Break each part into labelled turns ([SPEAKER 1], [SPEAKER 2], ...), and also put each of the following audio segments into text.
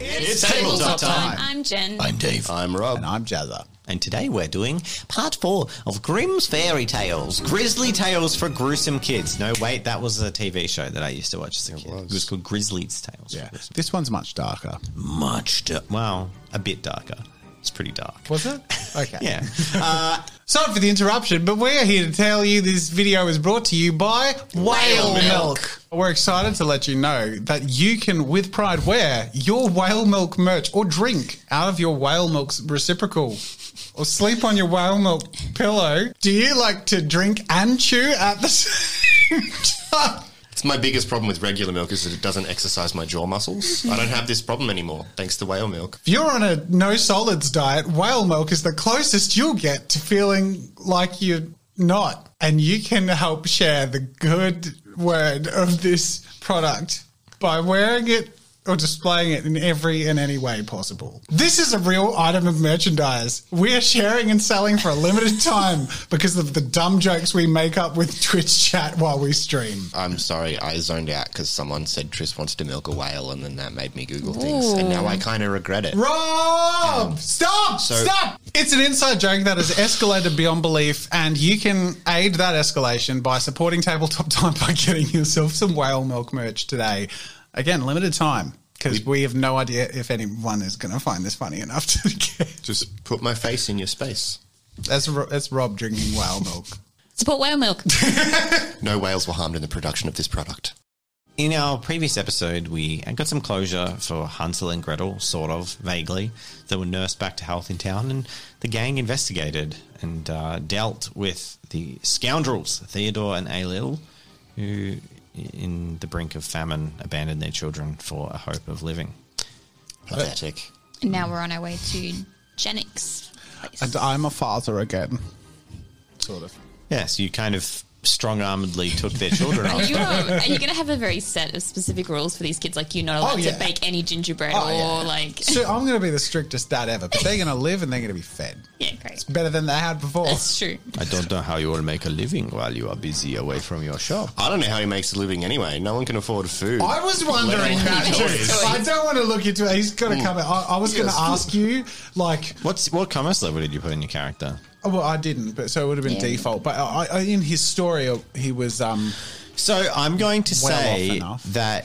[SPEAKER 1] It's tabletop time.
[SPEAKER 2] I'm Jen.
[SPEAKER 3] I'm Dave.
[SPEAKER 1] I'm Rob.
[SPEAKER 4] And I'm Jazza.
[SPEAKER 3] And today we're doing part four of Grimm's Fairy Tales, Grizzly Tales for Gruesome Kids. No, wait, that was a TV show that I used to watch as a kid. It was,
[SPEAKER 1] was.
[SPEAKER 3] called Grizzly's Tales.
[SPEAKER 4] Yeah. This one's much darker.
[SPEAKER 3] Much, dar- well, a bit darker. It's pretty dark.
[SPEAKER 4] Was it? Okay.
[SPEAKER 3] Yeah.
[SPEAKER 4] Sorry for the interruption, but we're here to tell you this video is brought to you by Whale Milk. We're excited to let you know that you can, with pride, wear your whale milk merch or drink out of your whale milk's reciprocal or sleep on your whale milk pillow. Do you like to drink and chew at the same time?
[SPEAKER 1] It's my biggest problem with regular milk is that it doesn't exercise my jaw muscles. I don't have this problem anymore thanks to whale milk.
[SPEAKER 4] If you're on a no solids diet, whale milk is the closest you'll get to feeling like you're not. And you can help share the good word of this product by wearing it or displaying it in every and any way possible. This is a real item of merchandise. We're sharing and selling for a limited time because of the dumb jokes we make up with Twitch chat while we stream.
[SPEAKER 1] I'm sorry, I zoned out because someone said Tris wants to milk a whale, and then that made me Google things, and now I kind of regret it.
[SPEAKER 4] Rob, stop,
[SPEAKER 1] so-
[SPEAKER 4] stop. It's an inside joke that has escalated beyond belief, and you can aid that escalation by supporting Tabletop Time by getting yourself some whale milk merch today. Again, limited time because we have no idea if anyone is going to find this funny enough to get.
[SPEAKER 1] Just put my face in your space.
[SPEAKER 4] That's Ro- that's Rob drinking whale milk.
[SPEAKER 2] Support whale milk.
[SPEAKER 1] No whales were harmed in the production of this product.
[SPEAKER 3] In our previous episode, we got some closure for Hansel and Gretel, sort of, vaguely. They were nursed back to health in town, and the gang investigated and uh, dealt with the scoundrels, Theodore and Aelil, who, in the brink of famine, abandoned their children for a hope of living.
[SPEAKER 1] Pathetic.
[SPEAKER 2] and now we're on our way to Jenix.
[SPEAKER 4] And uh, I'm a father again. Sort of.
[SPEAKER 3] Yes, you kind of strong armedly took their children off.
[SPEAKER 2] You are, are you going to have a very set of specific rules for these kids? Like you're not allowed
[SPEAKER 4] Oh, yeah.
[SPEAKER 2] to bake any gingerbread
[SPEAKER 4] Oh,
[SPEAKER 2] or
[SPEAKER 4] yeah.
[SPEAKER 2] like
[SPEAKER 4] So I'm going to be the strictest dad ever, but they're going to live and they're going to be fed.
[SPEAKER 2] yeah, great.
[SPEAKER 4] Better than they had before.
[SPEAKER 2] That's true.
[SPEAKER 3] I don't know how you will make a living while you are busy away from your shop.
[SPEAKER 1] I don't know how he makes a living anyway. No one can afford food.
[SPEAKER 4] I was wondering
[SPEAKER 1] Let
[SPEAKER 4] that.
[SPEAKER 1] alone
[SPEAKER 4] too.
[SPEAKER 1] toys.
[SPEAKER 4] I don't want to look into it. He's got
[SPEAKER 3] Mm.
[SPEAKER 4] to come out. I, I was going
[SPEAKER 1] Yes.
[SPEAKER 4] to ask you, like,
[SPEAKER 3] What's what commerce level did you put in your character?
[SPEAKER 4] oh, well, I didn't, but so it would have been
[SPEAKER 2] Yeah.
[SPEAKER 4] default. But I, I, in his story, he was, um,
[SPEAKER 3] So I'm going to
[SPEAKER 4] Well off
[SPEAKER 3] say
[SPEAKER 4] enough.
[SPEAKER 3] that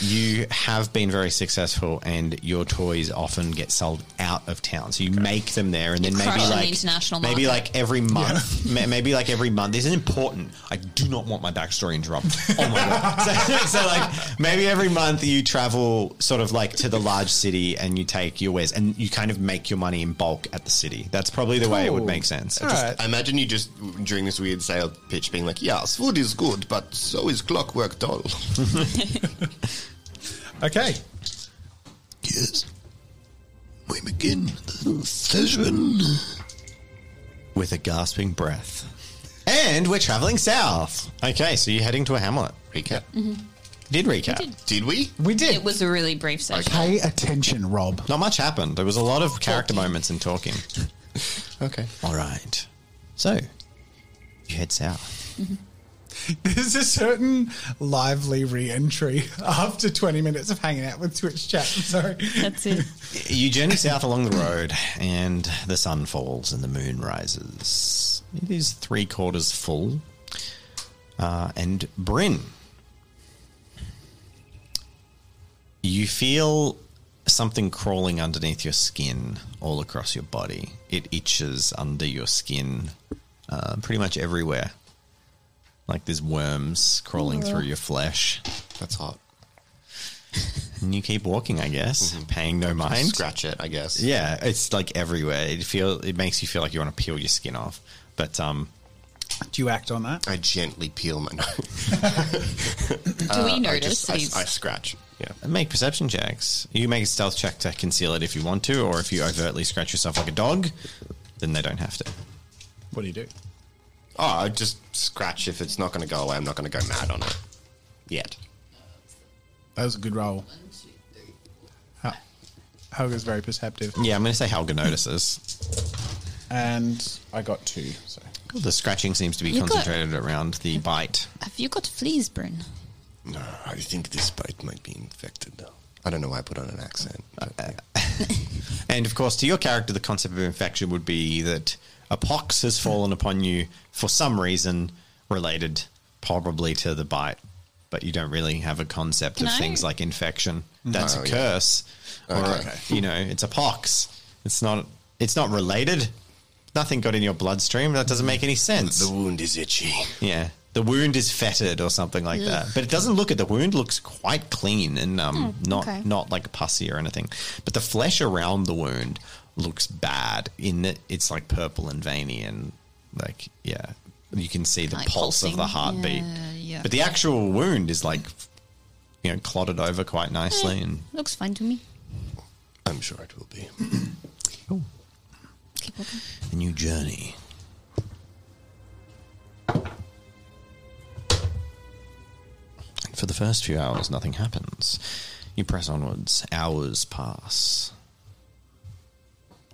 [SPEAKER 3] you have been very successful, and your toys often get sold out of town. So you make them there, and then
[SPEAKER 2] crush
[SPEAKER 3] maybe
[SPEAKER 2] on the
[SPEAKER 3] like
[SPEAKER 2] international
[SPEAKER 3] maybe
[SPEAKER 2] market.
[SPEAKER 3] like every month, ma- maybe like every month. This is important. I do not want my backstory interrupted. Oh my god! So, so like maybe every month you travel sort of like to the large city and you take your wares, and you kind of make your money in bulk at the city. That's probably the way it would
[SPEAKER 4] Cool.
[SPEAKER 3] make sense.
[SPEAKER 4] oh, all
[SPEAKER 3] Just-
[SPEAKER 4] right.
[SPEAKER 1] I imagine you just during this weird sale pitch being like, "Yes, food is good, but so is clockwork doll."
[SPEAKER 4] okay.
[SPEAKER 1] yes, we begin the session.
[SPEAKER 3] with a gasping breath. And we're traveling south. Okay, so you're heading to a hamlet.
[SPEAKER 1] Recap.
[SPEAKER 3] Did recap.
[SPEAKER 2] We did.
[SPEAKER 1] Did we?
[SPEAKER 4] We did.
[SPEAKER 2] It was a really brief session.
[SPEAKER 4] Pay attention, Rob.
[SPEAKER 3] Not much happened. There was a lot of character moments and talking.
[SPEAKER 1] Okay.
[SPEAKER 3] All right. So, you head south.
[SPEAKER 4] There's a certain lively re entry after 20 minutes of hanging out with Twitch chat. Sorry.
[SPEAKER 2] That's it.
[SPEAKER 3] You journey south along the road, and the sun falls and the moon rises. It is three quarters full. Uh, and Bryn, you feel something crawling underneath your skin, all across your body. It itches under your skin, uh, pretty much everywhere. Like there's worms crawling through your flesh.
[SPEAKER 1] That's hot.
[SPEAKER 3] And you keep walking, I guess, paying no mind.
[SPEAKER 1] Scratch it, I guess.
[SPEAKER 3] Yeah, it's like everywhere. It feel it makes you feel like you want to peel your skin off. But um,
[SPEAKER 4] Do you act on that?
[SPEAKER 1] I gently peel my nose.
[SPEAKER 2] Do
[SPEAKER 4] Uh,
[SPEAKER 2] we
[SPEAKER 1] I,
[SPEAKER 2] notice
[SPEAKER 1] just, I,
[SPEAKER 2] these?
[SPEAKER 1] I scratch. Yeah.
[SPEAKER 3] make perception checks. You make a stealth check to conceal it if you want to, or if you overtly scratch yourself like a dog, then they don't have to.
[SPEAKER 4] What do you do?
[SPEAKER 1] Oh, I just scratch. If it's not going to go away, I'm not going to go mad on it yet.
[SPEAKER 4] That was a good roll. Hel- Helga's very perceptive.
[SPEAKER 3] Yeah, I'm going to say Helga notices.
[SPEAKER 4] And I got two. So.
[SPEAKER 3] The scratching seems to be
[SPEAKER 2] You got-
[SPEAKER 3] concentrated around the bite.
[SPEAKER 2] Have you got fleas, Bryn?
[SPEAKER 1] No, I think this bite might be infected now. I don't know why I put on an accent. but, yeah.
[SPEAKER 3] And of course, to your character, the concept of infection would be that a pox has fallen upon you for some reason related, probably to the bite, but you don't really have a concept
[SPEAKER 2] Can
[SPEAKER 3] of
[SPEAKER 2] I-
[SPEAKER 3] things like infection. That's
[SPEAKER 1] Oh,
[SPEAKER 3] a
[SPEAKER 1] yeah.
[SPEAKER 3] curse, or uh,
[SPEAKER 1] Okay.
[SPEAKER 3] you know, it's a pox. It's not. It's not related. Nothing got in your bloodstream. That doesn't make any sense.
[SPEAKER 1] wound is itchy.
[SPEAKER 3] yeah, the wound is fetid or something like that. But it doesn't look at the wound. Looks quite clean and um, not
[SPEAKER 2] Hmm, okay.
[SPEAKER 3] not like pussy or anything. But the flesh around the wound looks bad in that it's like purple and veiny and like yeah, you can see the
[SPEAKER 2] Like
[SPEAKER 3] pulse of
[SPEAKER 2] pulsing.
[SPEAKER 3] the heartbeat.
[SPEAKER 5] Yeah, yeah.
[SPEAKER 3] But the actual wound is like you know clotted over quite nicely
[SPEAKER 2] Eh.
[SPEAKER 3] and
[SPEAKER 5] Looks fine to me.
[SPEAKER 1] I'm sure it will be.
[SPEAKER 5] Keep walking.
[SPEAKER 3] a new journey. And for the first few hours, nothing happens. You press onwards. Hours pass.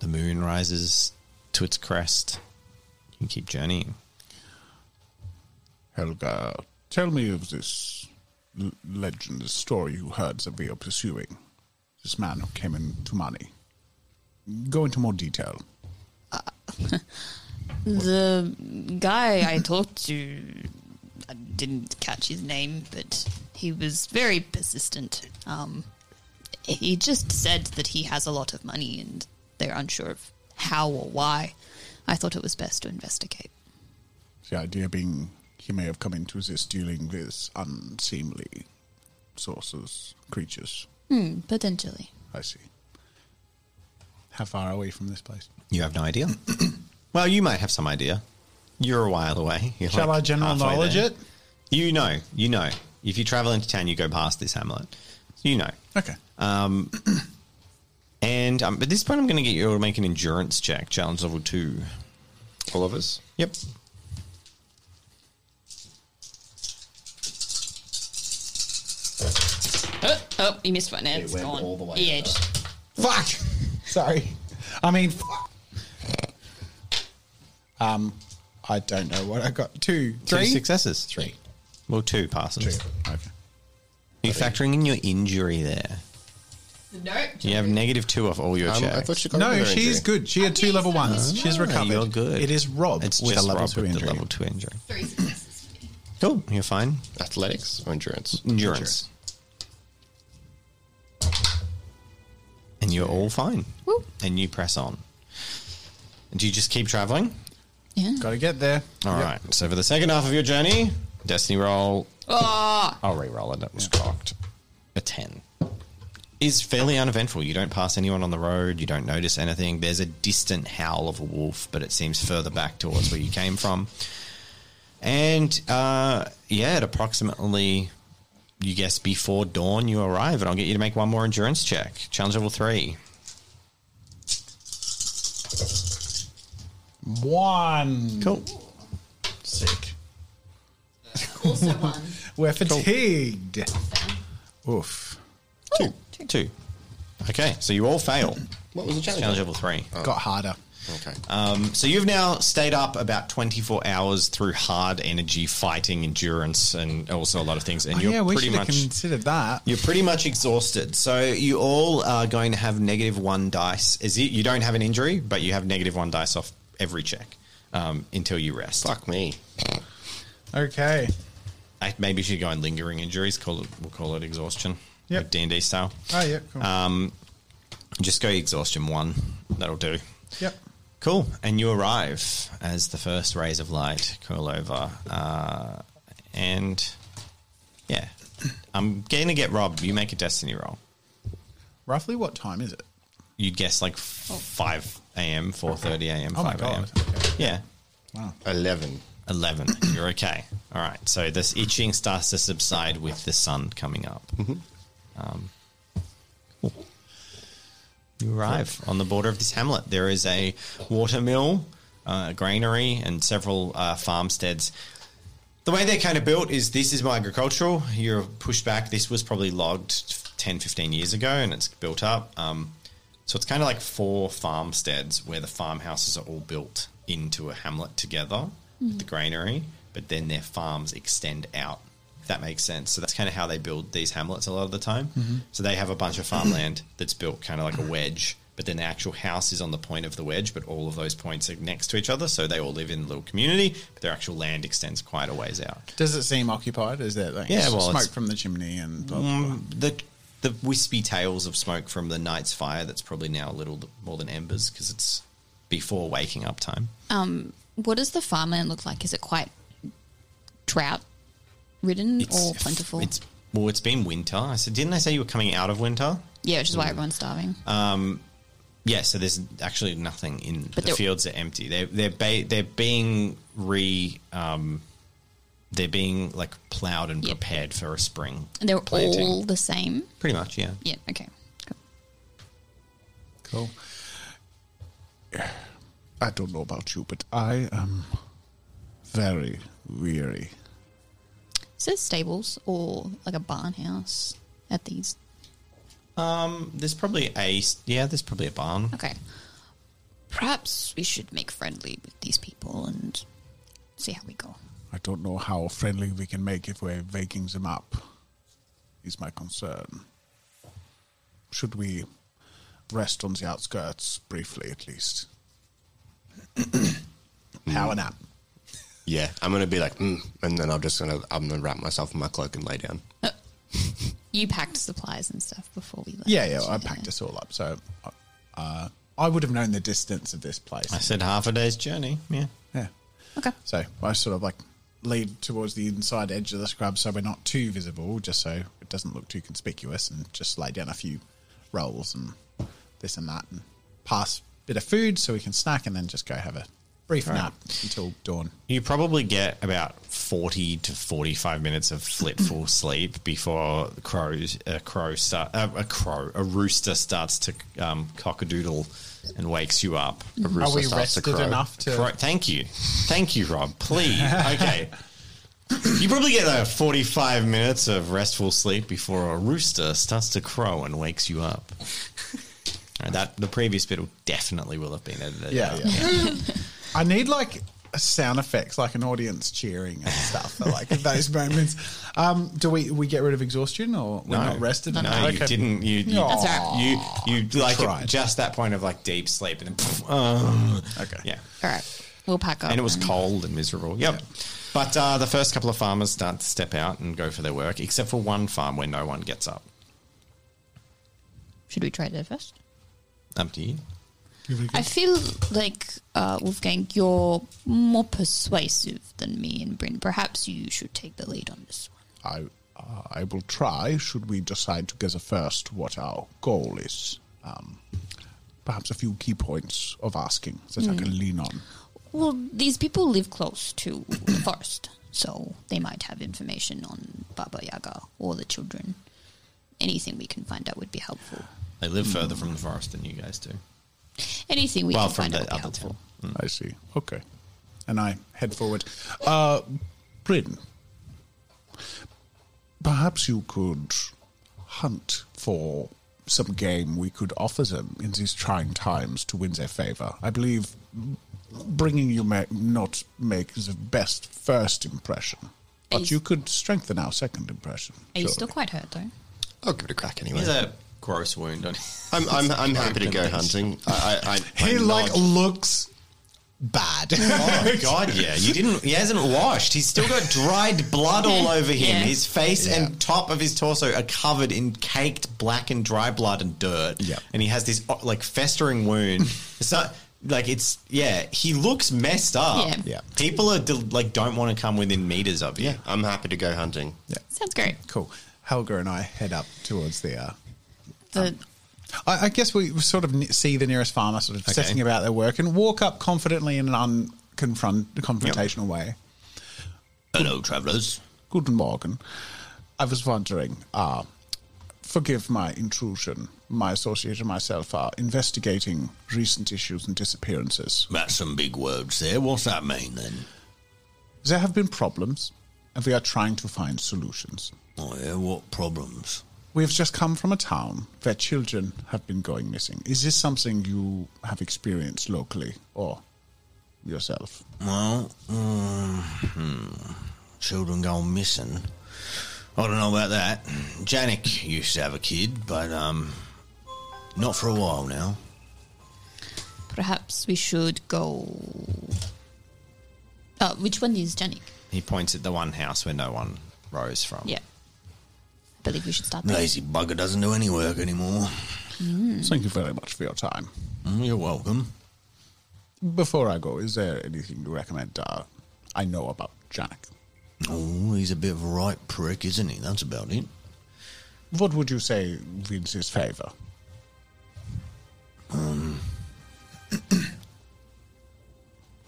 [SPEAKER 3] The moon rises to its crest. You keep journeying.
[SPEAKER 4] Helga, tell me of this l- legend, this story you heard that we are pursuing. This man who came in to money. Go into more detail.
[SPEAKER 5] The guy I talked to, I didn't catch his name, but he was very persistent. Um, he just said that he has a lot of money and they're unsure of how or why. I thought it was best to investigate.
[SPEAKER 4] The idea being he may have come into this dealing with unseemly sources, creatures.
[SPEAKER 5] Hmm, potentially.
[SPEAKER 4] I see. How far away from this place?
[SPEAKER 3] You have no idea. well, you might have some idea. You're a while away. You're
[SPEAKER 6] Shall
[SPEAKER 3] like
[SPEAKER 6] I general
[SPEAKER 3] halfway
[SPEAKER 6] knowledge
[SPEAKER 3] there.
[SPEAKER 6] it?
[SPEAKER 3] You know. You know. If you travel into town, you go past this hamlet. You know.
[SPEAKER 4] Okay.
[SPEAKER 3] And um, at this point, I'm going to get you to make an endurance check, challenge level two.
[SPEAKER 1] All of us?
[SPEAKER 3] Yep.
[SPEAKER 2] Oh, oh, you missed one. It's
[SPEAKER 1] went
[SPEAKER 2] gone.
[SPEAKER 1] all the way
[SPEAKER 2] yeah,
[SPEAKER 1] over.
[SPEAKER 2] just-
[SPEAKER 6] Fuck. Sorry. I mean, fuck. Um, I don't know what I got. Two, three.
[SPEAKER 3] Two successes.
[SPEAKER 1] Three.
[SPEAKER 3] Well, two passes.
[SPEAKER 4] Okay.
[SPEAKER 3] You're factoring in your injury there.
[SPEAKER 2] no.
[SPEAKER 3] You have negative two off all your
[SPEAKER 1] Um, I
[SPEAKER 3] checks.
[SPEAKER 1] thought she got rid
[SPEAKER 6] No,
[SPEAKER 1] of her
[SPEAKER 6] she's
[SPEAKER 1] injury.
[SPEAKER 6] good. She had two level ones. She's
[SPEAKER 3] Ah,
[SPEAKER 6] recovered.
[SPEAKER 3] You're good.
[SPEAKER 6] It is Rob
[SPEAKER 3] It's
[SPEAKER 6] with
[SPEAKER 3] just
[SPEAKER 6] a level
[SPEAKER 3] Rob
[SPEAKER 6] two
[SPEAKER 3] with the
[SPEAKER 6] injury.
[SPEAKER 3] level two injury.
[SPEAKER 2] Three successes.
[SPEAKER 3] Cool. You're fine.
[SPEAKER 1] Athletics or endurance?
[SPEAKER 3] Endurance. And you're all fine.
[SPEAKER 5] Woo.
[SPEAKER 3] And you press on. Do you just keep traveling?
[SPEAKER 5] Yeah.
[SPEAKER 6] Got to get there.
[SPEAKER 3] All right. So for the second half of your journey, Destiny roll. I'll re-roll it. It was cocked. A ten is fairly uneventful. You don't pass anyone on the road. You don't notice anything. There's a distant howl of a wolf, but it seems further back towards where you came from. And uh, yeah, at approximately, you guess before dawn, you arrive, and I'll get you to make one more endurance check. Challenge level three.
[SPEAKER 6] One.
[SPEAKER 3] Cool.
[SPEAKER 6] Sick.
[SPEAKER 2] Also one.
[SPEAKER 6] We're fatigued. Oof.
[SPEAKER 3] Two. Two. Okay, so you all fail.
[SPEAKER 1] What was the challenge?
[SPEAKER 3] Challenge level three.
[SPEAKER 6] Got harder.
[SPEAKER 1] Okay.
[SPEAKER 3] So you've now stayed up about 24 hours through hard energy, fighting, endurance, and also a lot of things. And
[SPEAKER 6] Oh,
[SPEAKER 3] you're
[SPEAKER 6] yeah, we
[SPEAKER 3] pretty
[SPEAKER 6] should have
[SPEAKER 3] much
[SPEAKER 6] considered that.
[SPEAKER 3] you're pretty much exhausted. So you all are going to have negative one dice. Is it you don't have an injury, but you have negative one dice off every check um, until you rest.
[SPEAKER 1] Fuck me.
[SPEAKER 6] Okay.
[SPEAKER 3] I, maybe you should go on lingering injuries. Call it we'll call it exhaustion.
[SPEAKER 6] Yep.
[SPEAKER 3] Like D and D style.
[SPEAKER 6] Oh, yeah. Cool.
[SPEAKER 3] Uh, Just go exhaustion one. That'll do.
[SPEAKER 6] yep.
[SPEAKER 3] Cool. And you arrive as the first rays of light curl over. Uh, and yeah, I'm going to get Rob. You make a destiny roll.
[SPEAKER 6] Roughly what time is it?
[SPEAKER 3] You'd guess like 5 a.m., 4.30 a.m.,
[SPEAKER 6] Oh my
[SPEAKER 3] 5 a.m.
[SPEAKER 6] God. Okay.
[SPEAKER 3] Yeah.
[SPEAKER 1] 11.
[SPEAKER 3] 11. You're okay. All right. So this itching starts to subside with the sun coming up. Um, cool. You arrive on the border of this hamlet. There is a watermill, uh, granary, and several uh, farmsteads. The way they're kind of built is this is more agricultural. You're pushed back. This was probably logged 10, 15 years ago, and it's built up. Um, so it's kind of like four farmsteads where the farmhouses are all built into a hamlet together with the granary, but then their farms extend out if that makes sense. So that's kind of how they build these hamlets a lot of the time. So they have a bunch of farmland that's built kind of like a wedge, but then the actual house is on the point of the wedge, but all of those points are next to each other. So they all live in a little community, but their actual land extends quite a ways out.
[SPEAKER 4] Does it seem occupied? Is there like
[SPEAKER 3] Yeah, well,
[SPEAKER 4] smoke
[SPEAKER 3] it's-
[SPEAKER 4] from the chimney and blah, blah, blah.
[SPEAKER 3] The the wispy tails of smoke from the night's fire that's probably now a little more than embers because it's before waking up time.
[SPEAKER 5] Oh, What does the farmland look like? Is it quite drought ridden or plentiful?
[SPEAKER 3] It's well, it's been winter. I said, didn't I say you were coming out of winter?
[SPEAKER 5] yeah, which is
[SPEAKER 3] Mm.
[SPEAKER 5] why everyone's starving.
[SPEAKER 3] Yeah, so there's actually nothing in
[SPEAKER 5] But
[SPEAKER 3] the
[SPEAKER 5] they're-
[SPEAKER 3] fields are empty. They're they're ba- they're being re um, they're being like ploughed and
[SPEAKER 5] Yeah.
[SPEAKER 3] prepared for a spring.
[SPEAKER 5] and they're
[SPEAKER 3] planting.
[SPEAKER 5] all the same.
[SPEAKER 3] pretty much, yeah.
[SPEAKER 5] Yeah. Okay. Cool.
[SPEAKER 4] Cool. I don't know about you, but I am very weary.
[SPEAKER 5] Is there stables or like a barn house at these? Mm.
[SPEAKER 3] There's probably a s- yeah. There's probably a barn.
[SPEAKER 5] Okay. Perhaps we should make friendly with these people and see how we go.
[SPEAKER 4] I don't know how friendly we can make if we're waking them up, is my concern. Should we rest on the outskirts briefly at least? Power nap.
[SPEAKER 1] Yeah, I'm gonna be like, mm, and then I'm just gonna I'm gonna wrap myself in my cloak and lay down.
[SPEAKER 5] You packed supplies and stuff before we left.
[SPEAKER 4] Yeah, yeah, I packed us all up, so uh, I would have known the distance of this place.
[SPEAKER 3] I said half a day's journey. Yeah,
[SPEAKER 4] Yeah.
[SPEAKER 5] Okay.
[SPEAKER 4] So I sort of like lead towards the inside edge of the scrub so we're not too visible, just so it doesn't look too conspicuous, and just lay down a few rolls and this and that, and pass a bit of food so we can snack, and then just go have a brief nap until dawn.
[SPEAKER 3] you probably get about forty to forty-five minutes of fitful sleep before crows a crow start uh, a crow a rooster starts to um, cockadoodle and wakes you up. A
[SPEAKER 4] Mm-hmm.
[SPEAKER 3] rooster
[SPEAKER 6] we
[SPEAKER 3] starts to
[SPEAKER 6] rested
[SPEAKER 3] crow.
[SPEAKER 6] enough to-
[SPEAKER 3] Crow- thank you, thank you, Rob. Please, okay. You probably get uh, forty-five minutes of restful sleep before a rooster starts to crow and wakes you up. All right, that the previous bit will definitely will have been edited.
[SPEAKER 4] Yeah,
[SPEAKER 3] out.
[SPEAKER 4] yeah. I need like sound effects, like an audience cheering and stuff, for, like those moments. Um, do we we get rid of exhaustion or we're not rested?
[SPEAKER 3] No,
[SPEAKER 4] enough?
[SPEAKER 3] you
[SPEAKER 4] Okay.
[SPEAKER 3] didn't. You you,
[SPEAKER 4] That's
[SPEAKER 5] all
[SPEAKER 3] you you like
[SPEAKER 4] Tried.
[SPEAKER 3] just that point of like deep sleep and then uh,
[SPEAKER 4] Okay.
[SPEAKER 3] yeah,
[SPEAKER 5] All right. We'll pack up.
[SPEAKER 3] and it was cold and miserable. Yep. But uh, the first couple of farmers start to step out and go for their work, except for one farm where no one gets up.
[SPEAKER 5] Should we try there first?
[SPEAKER 3] Up to you.
[SPEAKER 5] I feel like uh, Wolfgang, you're more persuasive than me and Bryn. Perhaps you should take the lead on this one.
[SPEAKER 4] I uh, I will try. Should we decide together first what our goal is? Um, perhaps a few key points of asking that I can lean on.
[SPEAKER 5] Well, these people live close to the forest, so they might have information on Baba Yaga or the children. Anything we can find out would be helpful.
[SPEAKER 3] They live further from the forest than you guys do.
[SPEAKER 5] Anything we
[SPEAKER 3] well,
[SPEAKER 5] can
[SPEAKER 3] from
[SPEAKER 5] find out
[SPEAKER 3] the
[SPEAKER 5] would be
[SPEAKER 3] other
[SPEAKER 5] helpful.
[SPEAKER 3] town.
[SPEAKER 4] I see. Okay, and I head forward. Uh, Bryn, perhaps you could hunt for some game we could offer them in these trying times to win their favor. I believe bringing you may not make the best first impression,
[SPEAKER 5] you
[SPEAKER 4] but
[SPEAKER 5] s-
[SPEAKER 4] you could strengthen our second impression.
[SPEAKER 5] Are you
[SPEAKER 4] surely.
[SPEAKER 5] still quite hurt though?
[SPEAKER 1] I'll give it a crack anyway.
[SPEAKER 3] He's a gross wound on.
[SPEAKER 1] I'm I'm, I'm happy to go
[SPEAKER 3] Open
[SPEAKER 1] hunting. I, I, I,
[SPEAKER 6] He
[SPEAKER 1] I'm
[SPEAKER 6] like
[SPEAKER 1] not-
[SPEAKER 6] looks bad.
[SPEAKER 3] Oh my god, yeah. You didn't he hasn't washed. He's still got dried blood all over him.
[SPEAKER 5] Yeah.
[SPEAKER 3] His face and top of his torso are covered in caked black and dry blood and dirt.
[SPEAKER 4] Yeah.
[SPEAKER 3] And he has this uh, like festering wound. It's not like it's yeah, he looks messed up.
[SPEAKER 5] Yeah.
[SPEAKER 4] Yeah.
[SPEAKER 3] People are del- like don't want to come within meters of you.
[SPEAKER 1] yeah, I'm happy to go hunting.
[SPEAKER 5] Sounds great.
[SPEAKER 4] Cool. Helga and I head up towards the. Uh,
[SPEAKER 5] The
[SPEAKER 4] I, I guess we sort of ne- see the nearest farmer sort of
[SPEAKER 3] Okay.
[SPEAKER 4] setting about their work and walk up confidently in an unconfront confrontational way.
[SPEAKER 3] Hello, travelers.
[SPEAKER 4] Guten Morgen. I was wondering, uh, forgive my intrusion. My associate and myself are investigating recent issues and disappearances.
[SPEAKER 3] That's some big words there. What's that mean then?
[SPEAKER 4] There have been problems, and we are trying to find solutions.
[SPEAKER 3] Oh yeah, what problems?
[SPEAKER 4] We have just come from a town where children have been going missing. Is this something you have experienced locally or yourself?
[SPEAKER 3] Well, hmm, children gone missing. I don't know about that. Janik used to have a kid, but um, not for a while now.
[SPEAKER 2] Perhaps we should go. Uh, which one is Janik?
[SPEAKER 3] He points at the one house where no one rose from.
[SPEAKER 2] Yeah. I believe we should start there.
[SPEAKER 3] Lazy bugger doesn't do any work anymore.
[SPEAKER 6] Thank you very much for your time.
[SPEAKER 3] Mm, You're welcome.
[SPEAKER 6] Before I go, is there anything you recommend uh, I know about Janik?
[SPEAKER 3] Oh, he's a bit of a right prick, isn't he? That's about it.
[SPEAKER 6] What would you say wins his favor?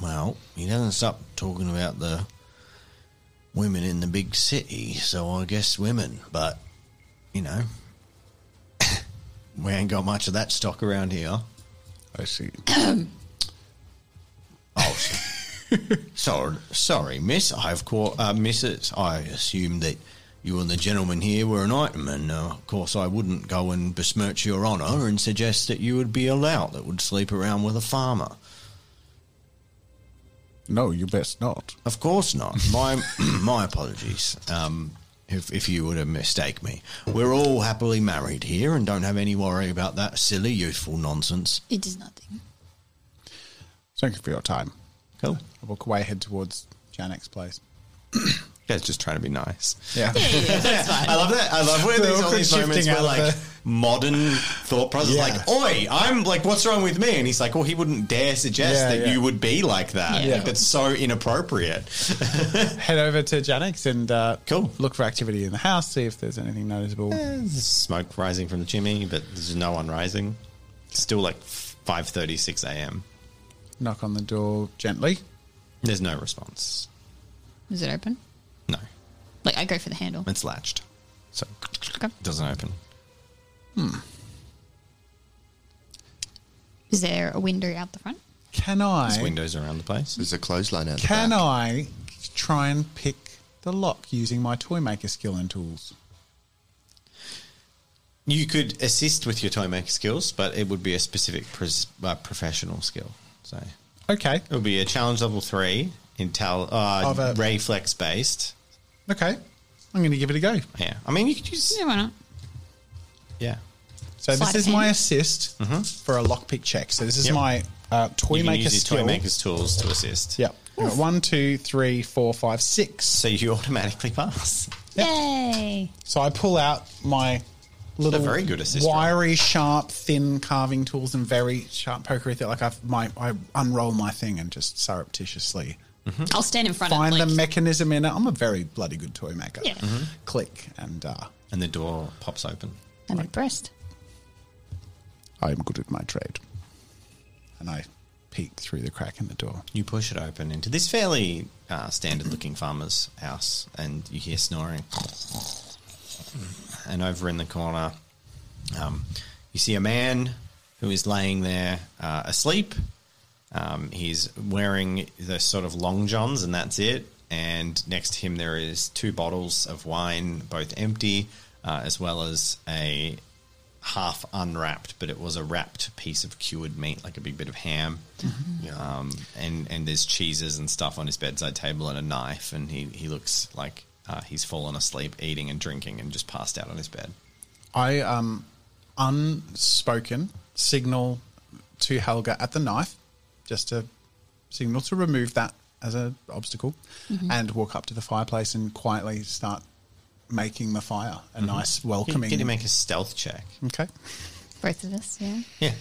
[SPEAKER 3] Well, he doesn't stop talking about the women in the big city, so I guess women. But, you know, we ain't got much of that stock around here.
[SPEAKER 6] I see.
[SPEAKER 3] Oh, so- sorry, sorry, miss. I've caught, uh, missus, I assumed that you and the gentleman here were an item, and uh, of course I wouldn't go and besmirch your honour and suggest that you would be a lout that would sleep around with a farmer.
[SPEAKER 6] No, you best not.
[SPEAKER 3] Of course not. My my apologies. Um, if, if you were to mistake me, we're all happily married here and don't have any worry about that silly youthful nonsense.
[SPEAKER 2] It is nothing.
[SPEAKER 6] Thank you for your time.
[SPEAKER 3] Cool.
[SPEAKER 6] I walk away, head towards Janek's place.
[SPEAKER 3] You guys just trying to be nice.
[SPEAKER 6] Yeah.
[SPEAKER 7] Yeah, yeah, that's fine.
[SPEAKER 3] I love that. I love where
[SPEAKER 4] The
[SPEAKER 3] there's all
[SPEAKER 4] awkward
[SPEAKER 3] these moments
[SPEAKER 4] shifting
[SPEAKER 3] where
[SPEAKER 4] out of
[SPEAKER 3] like modern thought process,
[SPEAKER 6] Yeah.
[SPEAKER 3] like, "Oi, I'm like, what's wrong with me?" And he's like, "Well, he wouldn't dare suggest
[SPEAKER 4] Yeah,
[SPEAKER 3] that
[SPEAKER 4] yeah.
[SPEAKER 3] you would be like that.
[SPEAKER 7] Yeah.
[SPEAKER 3] Like, that's so inappropriate."
[SPEAKER 4] Head over to Janix and uh,
[SPEAKER 3] Cool.
[SPEAKER 4] look for activity in the house, see if there's anything noticeable.
[SPEAKER 3] Smoke rising from the chimney, but there's no one rising. Still like five thirty six a.m.
[SPEAKER 4] Knock on the door gently.
[SPEAKER 3] There's no response.
[SPEAKER 2] Is it open?
[SPEAKER 3] No,
[SPEAKER 2] Like, I go for the handle.
[SPEAKER 3] it's latched, so
[SPEAKER 2] Okay.
[SPEAKER 3] doesn't open.
[SPEAKER 2] Is there a window out the front?
[SPEAKER 4] Can I?
[SPEAKER 3] There's windows around the place.
[SPEAKER 1] There's a clothesline out
[SPEAKER 4] Can
[SPEAKER 1] the back.
[SPEAKER 4] I try and pick the lock using my toy maker skill and tools?
[SPEAKER 3] You could assist with your toy maker skills, but it would be a specific pres- uh, professional skill. So it
[SPEAKER 4] Okay.
[SPEAKER 3] would be a challenge level three, intel,
[SPEAKER 4] Of
[SPEAKER 3] uh,
[SPEAKER 4] a-
[SPEAKER 3] reflex based.
[SPEAKER 4] Okay. I'm going to give it a go.
[SPEAKER 3] Yeah, I mean you could use
[SPEAKER 2] Yeah, why not?
[SPEAKER 3] yeah.
[SPEAKER 4] So
[SPEAKER 2] Sleight
[SPEAKER 4] this
[SPEAKER 2] of
[SPEAKER 4] is my
[SPEAKER 2] hand.
[SPEAKER 4] assist for a lockpick check. So this is
[SPEAKER 3] Mm-hmm. Yep.
[SPEAKER 4] my uh, toy
[SPEAKER 3] you can
[SPEAKER 4] maker
[SPEAKER 3] use your
[SPEAKER 4] skill.
[SPEAKER 3] toy maker's tools to assist.
[SPEAKER 4] Yep. I got One, two, three, four, five, six.
[SPEAKER 3] So you automatically pass.
[SPEAKER 2] Yay!
[SPEAKER 4] So I pull out my little
[SPEAKER 3] A very good assist roll.
[SPEAKER 4] wiry, sharp, thin carving tools and very sharp poker with it. Like I've my I unroll my thing and just surreptitiously
[SPEAKER 3] Mm-hmm.
[SPEAKER 2] I'll stand in front
[SPEAKER 4] find
[SPEAKER 2] of like,
[SPEAKER 4] the mechanism in it. I'm a very bloody good toy maker.
[SPEAKER 2] Yeah.
[SPEAKER 3] Mm-hmm.
[SPEAKER 2] Mhm.
[SPEAKER 4] Click and uh,
[SPEAKER 3] And the door pops open.
[SPEAKER 2] I'm impressed.
[SPEAKER 6] I am good at my trade.
[SPEAKER 4] and I peek through the crack in the door.
[SPEAKER 3] You push it open into this fairly uh, standard looking farmer's house, and you hear snoring. And over in the corner, um, you see a man who is laying there uh, asleep. Um, he's wearing the sort of long johns, and that's it. And next to him, there is two bottles of wine, both empty, uh, as well as a half unwrapped, but it was a wrapped piece of cured meat, like a big bit of ham. Um, and and there's cheeses and stuff on his bedside table and a knife, and he he looks like uh, he's fallen asleep, eating and drinking, and just passed out on his bed.
[SPEAKER 4] I um unspoken signal to Helga at the knife, just to signal to remove that as an obstacle, and walk up to the fireplace and quietly start making the fire a nice
[SPEAKER 3] Can
[SPEAKER 4] welcoming.
[SPEAKER 3] can you make a stealth check?
[SPEAKER 4] okay,
[SPEAKER 2] Both of us, yeah.
[SPEAKER 3] Yeah,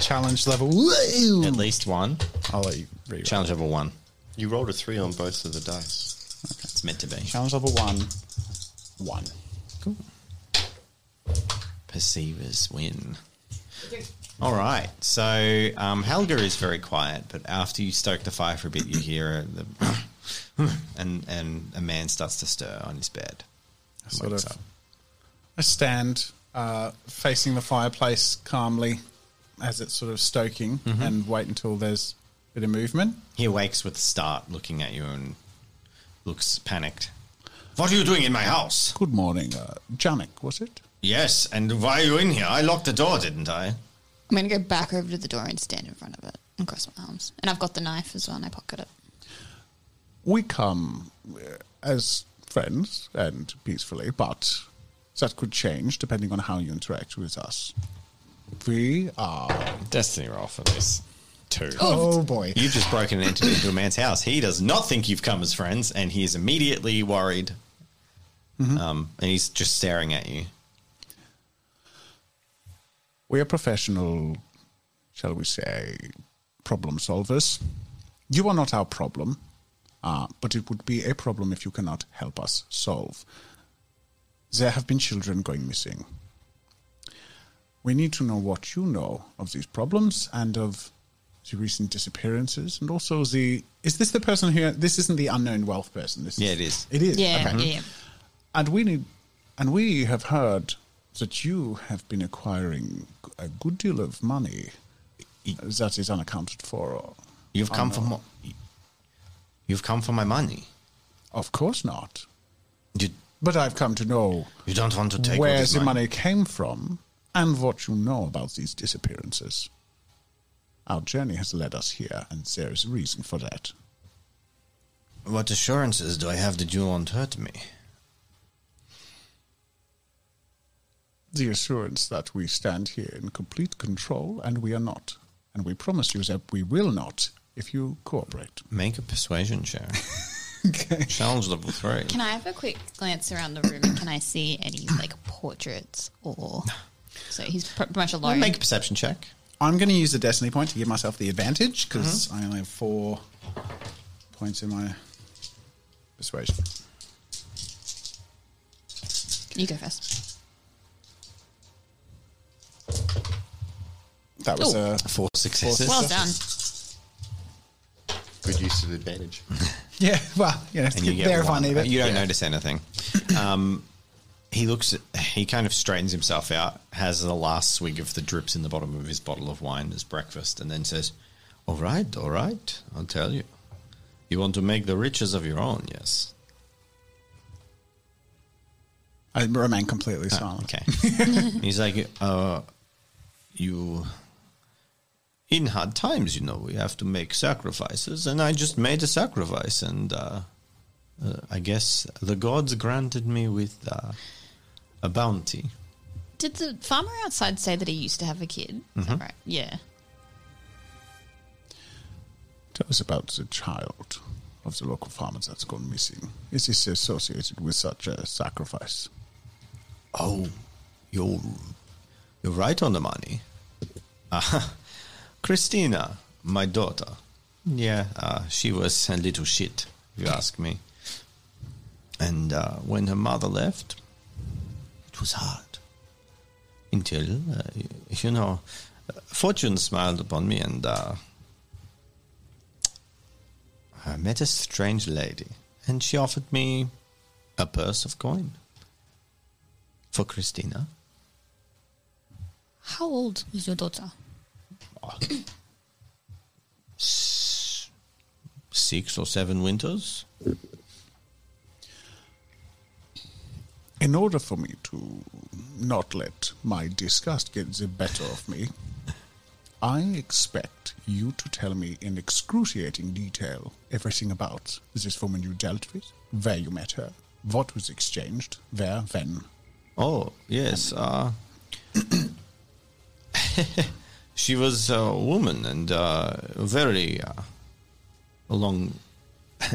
[SPEAKER 4] challenge level. Woo!
[SPEAKER 3] at least one
[SPEAKER 4] I'll let you read.
[SPEAKER 3] challenge level one.
[SPEAKER 1] You rolled a three on both of the dice.
[SPEAKER 3] It's meant to be
[SPEAKER 4] Challenge level one, one.
[SPEAKER 3] perceivers win. All right, so um, Helga is very quiet, but after you stoke the fire for a bit, you hear the and and a man starts to stir on his bed.
[SPEAKER 4] I sort
[SPEAKER 3] Wakes
[SPEAKER 4] of
[SPEAKER 3] up.
[SPEAKER 4] I stand uh, facing the fireplace calmly as it's sort of stoking and wait until there's a bit of movement.
[SPEAKER 3] He awakes with a start, looking at you and looks panicked. What are you doing in my house?
[SPEAKER 6] Good morning, uh, Janik, was it?
[SPEAKER 3] Yes, and why are you in here? I locked the door, didn't I?
[SPEAKER 2] I'm going to go back over to the door and stand in front of it and cross my arms. And I've got the knife as well in my pocket. It.
[SPEAKER 4] we come uh, as friends and peacefully, but that could change depending on how you interact with us. We are.
[SPEAKER 3] Destiny roll for this. Two.
[SPEAKER 4] Oh boy.
[SPEAKER 3] You've just broken and entered into a man's house. He does not think you've come as friends, and he is immediately worried.
[SPEAKER 4] Mm-hmm.
[SPEAKER 3] Um, and he's just staring at you.
[SPEAKER 4] We are professional, shall we say, problem solvers. You are not our problem, uh, but it would be a problem if you cannot help us solve. There have been children going missing. We need to know what you know of these problems and of the recent disappearances, and also the. Is this the person who. This isn't the unknown wealth person. This
[SPEAKER 3] Yeah, it is.
[SPEAKER 4] It is.
[SPEAKER 5] Yeah,
[SPEAKER 4] Okay
[SPEAKER 5] yeah.
[SPEAKER 4] and we need, and we have heard that you have been acquiring a good deal of money that is unaccounted for.
[SPEAKER 3] You've come for mo- You've come for my money.
[SPEAKER 4] Of course not.
[SPEAKER 3] You,
[SPEAKER 4] But I've come to know
[SPEAKER 3] you don't want to take all
[SPEAKER 4] where
[SPEAKER 3] this
[SPEAKER 4] the money came from and what you know about these disappearances. Our journey has led us here, and there is a reason for that.
[SPEAKER 3] What assurances do I have that you won't hurt me?
[SPEAKER 4] The assurance that we stand here in complete control, and we are not. And we promise you that we will not if you cooperate.
[SPEAKER 3] Make a persuasion check. Challenge level three.
[SPEAKER 5] Can I have a quick glance around the room? and Can I see any like portraits or? So he's pr- pretty much alone.
[SPEAKER 3] Make a perception check.
[SPEAKER 4] I'm going to use the destiny point to give myself the advantage because
[SPEAKER 3] Mm-hmm.
[SPEAKER 4] I only have four points in my persuasion.
[SPEAKER 5] you go first.
[SPEAKER 4] That was uh,
[SPEAKER 5] Ooh.
[SPEAKER 4] a
[SPEAKER 3] Four successes.
[SPEAKER 5] Well done.
[SPEAKER 1] Good use of advantage.
[SPEAKER 4] yeah. Well, you know,
[SPEAKER 3] and you
[SPEAKER 4] it's
[SPEAKER 3] get
[SPEAKER 4] there if I
[SPEAKER 3] one.
[SPEAKER 4] need it.
[SPEAKER 3] You don't notice anything. Um, he looks. He kind of straightens himself out, has the last swig of the drips in the bottom of his bottle of wine as breakfast, and then says, "All right, all right. I'll tell you. You want to make the riches of your own, yes?
[SPEAKER 4] I remain completely silent.
[SPEAKER 3] Oh, Okay." He's like, uh, "You." In hard times, you know, we have to make sacrifices, and I just made a sacrifice, and uh, uh, I guess the gods granted me with uh, a bounty.
[SPEAKER 5] Did the farmer outside say that he used to have a kid? Is that right? Yeah.
[SPEAKER 4] Tell us about the child of the local farmer that's gone missing. Is this associated with such a sacrifice?
[SPEAKER 3] Oh, you're you're right on the money. Uh, Christina, my daughter. Yeah, uh, she was a little shit, if you ask me. And uh, when her mother left, it was hard. Until, uh, you know, fortune smiled upon me and uh, I met a strange lady. And she offered me a purse of coin for Christina.
[SPEAKER 5] How old is your daughter?
[SPEAKER 3] six or seven winters.
[SPEAKER 4] In order for me to not let my disgust get the better of me, I expect you to tell me in excruciating detail everything about this woman you dealt with, where you met her, what was exchanged, where, when.
[SPEAKER 3] Oh, yes. Uh, she was a woman and uh, very uh, long,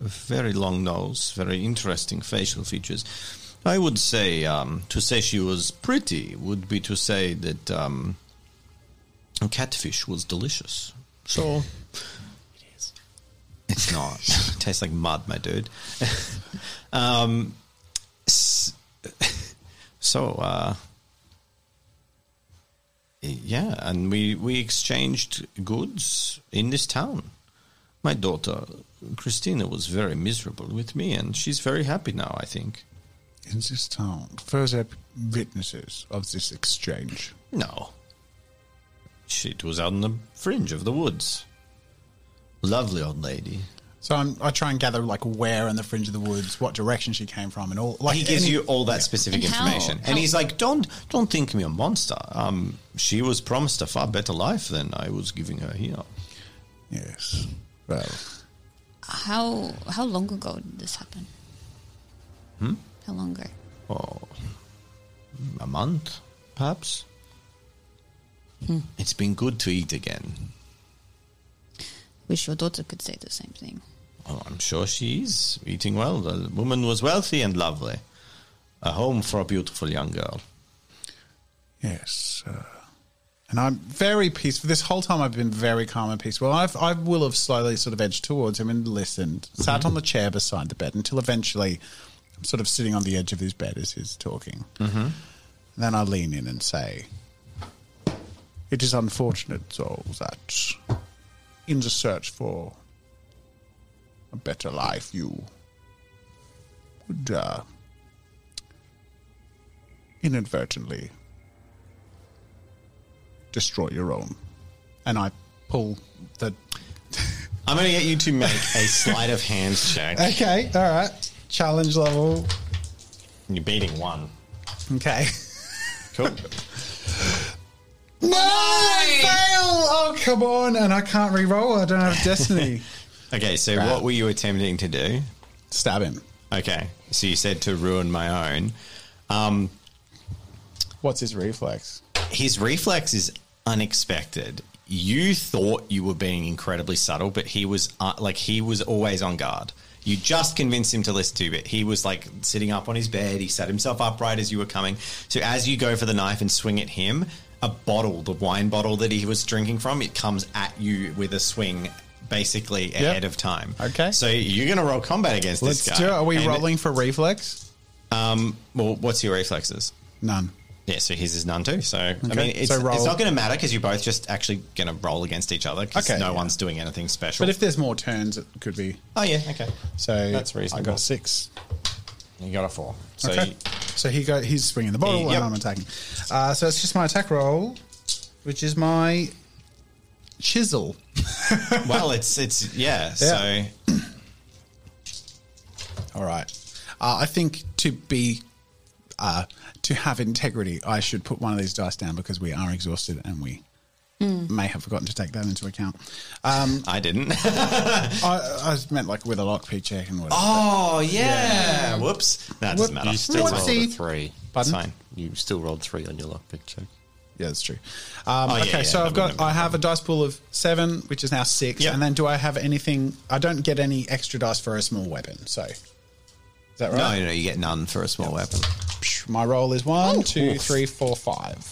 [SPEAKER 3] very long nose, very interesting facial features. I would say um, to say she was pretty would be to say that um, catfish was delicious. So. It's not. tastes like mud, my dude. um, s- so, uh, yeah, and we, we exchanged goods in this town. My daughter, Christina, was very miserable with me, and she's very happy now, I think.
[SPEAKER 4] In this town, further witnesses of this exchange.
[SPEAKER 3] No. It was out on the fringe of the woods. Lovely old lady.
[SPEAKER 6] So I'm, I try and gather like where in the fringe of the woods, what direction she came from, and all. Like
[SPEAKER 3] he gives
[SPEAKER 6] any-
[SPEAKER 3] you all that specific
[SPEAKER 5] And how-
[SPEAKER 3] information,
[SPEAKER 5] how-
[SPEAKER 3] and he's like, "Don't, don't think me a monster. Um, she was promised a far better life than I was giving her here."
[SPEAKER 4] Yes. Well,
[SPEAKER 5] How how long ago did this happen? Hmm? How long ago?
[SPEAKER 3] Well, a month, perhaps. It's been good to eat again.
[SPEAKER 5] Wish your daughter could say the same thing.
[SPEAKER 3] Oh, I'm sure she is eating well. The woman was wealthy and lovely. A home for a beautiful young girl.
[SPEAKER 4] Yes. Uh, and I'm very peaceful. This whole time I've been very calm and peaceful. I've, I will have slowly sort of edged towards him and listened, sat on the chair beside the bed until eventually I'm sort of sitting on the edge of his bed as he's talking. Mm-hmm. Then I lean in and say, It is unfortunate, Zol, that in the search for a better life, you would uh, inadvertently destroy your own. And I pull the.
[SPEAKER 3] I'm going to get you to make a sleight of hand check.
[SPEAKER 6] Okay, all right. Challenge level.
[SPEAKER 3] You're beating one.
[SPEAKER 6] Okay.
[SPEAKER 3] Cool.
[SPEAKER 6] No, I fail. Oh, come on. And I can't re-roll. I don't have destiny.
[SPEAKER 3] Okay, so what were you attempting to do?
[SPEAKER 4] Stab him.
[SPEAKER 3] Okay, so you said to ruin my own. Um,
[SPEAKER 4] What's his reflex?
[SPEAKER 3] his reflex is unexpected. You thought you were being incredibly subtle, but he was uh, like he was always on guard. You just convinced him to listen to you, but he was like sitting up on his bed. He sat himself upright as you were coming. So as you go for the knife and swing at him, a bottle, the wine bottle that he was drinking from, it comes at you with a swing, basically ahead of time.
[SPEAKER 4] Okay.
[SPEAKER 3] So you're gonna roll combat against
[SPEAKER 4] Let's
[SPEAKER 3] this guy.
[SPEAKER 4] do it. Are we
[SPEAKER 3] And-
[SPEAKER 4] rolling for reflex?
[SPEAKER 3] Well, what's your reflexes?
[SPEAKER 4] None.
[SPEAKER 3] Yeah, so his is none too. So I mean, it's,
[SPEAKER 4] so roll.
[SPEAKER 3] it's not going to matter because you're both just actually going to roll against each other because
[SPEAKER 4] Okay,
[SPEAKER 3] no
[SPEAKER 4] yeah.
[SPEAKER 3] one's doing anything special.
[SPEAKER 4] But if there's more turns, it could be.
[SPEAKER 3] oh yeah, okay.
[SPEAKER 4] So
[SPEAKER 3] That's
[SPEAKER 4] I
[SPEAKER 3] reasonable.
[SPEAKER 4] got six.
[SPEAKER 3] You got a four. So
[SPEAKER 4] okay.
[SPEAKER 3] you-
[SPEAKER 4] so he got he's swinging the bottle
[SPEAKER 3] Yep.
[SPEAKER 4] and I'm attacking. Uh, so it's just my attack roll, which is my chisel.
[SPEAKER 3] well, it's it's yeah.
[SPEAKER 4] Yeah.
[SPEAKER 3] So
[SPEAKER 4] All right. Uh, I think to be uh, to have integrity, I should put one of these dice down because we are exhausted and we may have forgotten to take that into account. Um,
[SPEAKER 3] I didn't.
[SPEAKER 4] I, I meant like with a lockpick check and whatever.
[SPEAKER 3] oh yeah. Whoops. That doesn't matter.
[SPEAKER 1] You
[SPEAKER 3] It's
[SPEAKER 1] still
[SPEAKER 3] fine.
[SPEAKER 1] rolled a
[SPEAKER 4] Whoopsie.
[SPEAKER 1] three.
[SPEAKER 3] It's
[SPEAKER 4] Pardon?
[SPEAKER 3] fine.
[SPEAKER 1] You still rolled three on your lockpick check.
[SPEAKER 4] Yeah, that's true. Um,
[SPEAKER 3] Oh, yeah,
[SPEAKER 4] okay,
[SPEAKER 3] yeah,
[SPEAKER 4] so
[SPEAKER 3] that
[SPEAKER 4] I've got
[SPEAKER 3] wouldn't have
[SPEAKER 4] I have a dice pool of seven, which is now six,
[SPEAKER 3] Yeah.
[SPEAKER 4] and then do I have anything? I don't get any extra dice for a small weapon, so is that
[SPEAKER 3] No,
[SPEAKER 4] right?
[SPEAKER 3] no, you get none for a small weapon.
[SPEAKER 4] Psh, My roll is one, two,
[SPEAKER 3] Oh, oof.
[SPEAKER 4] three, four, five.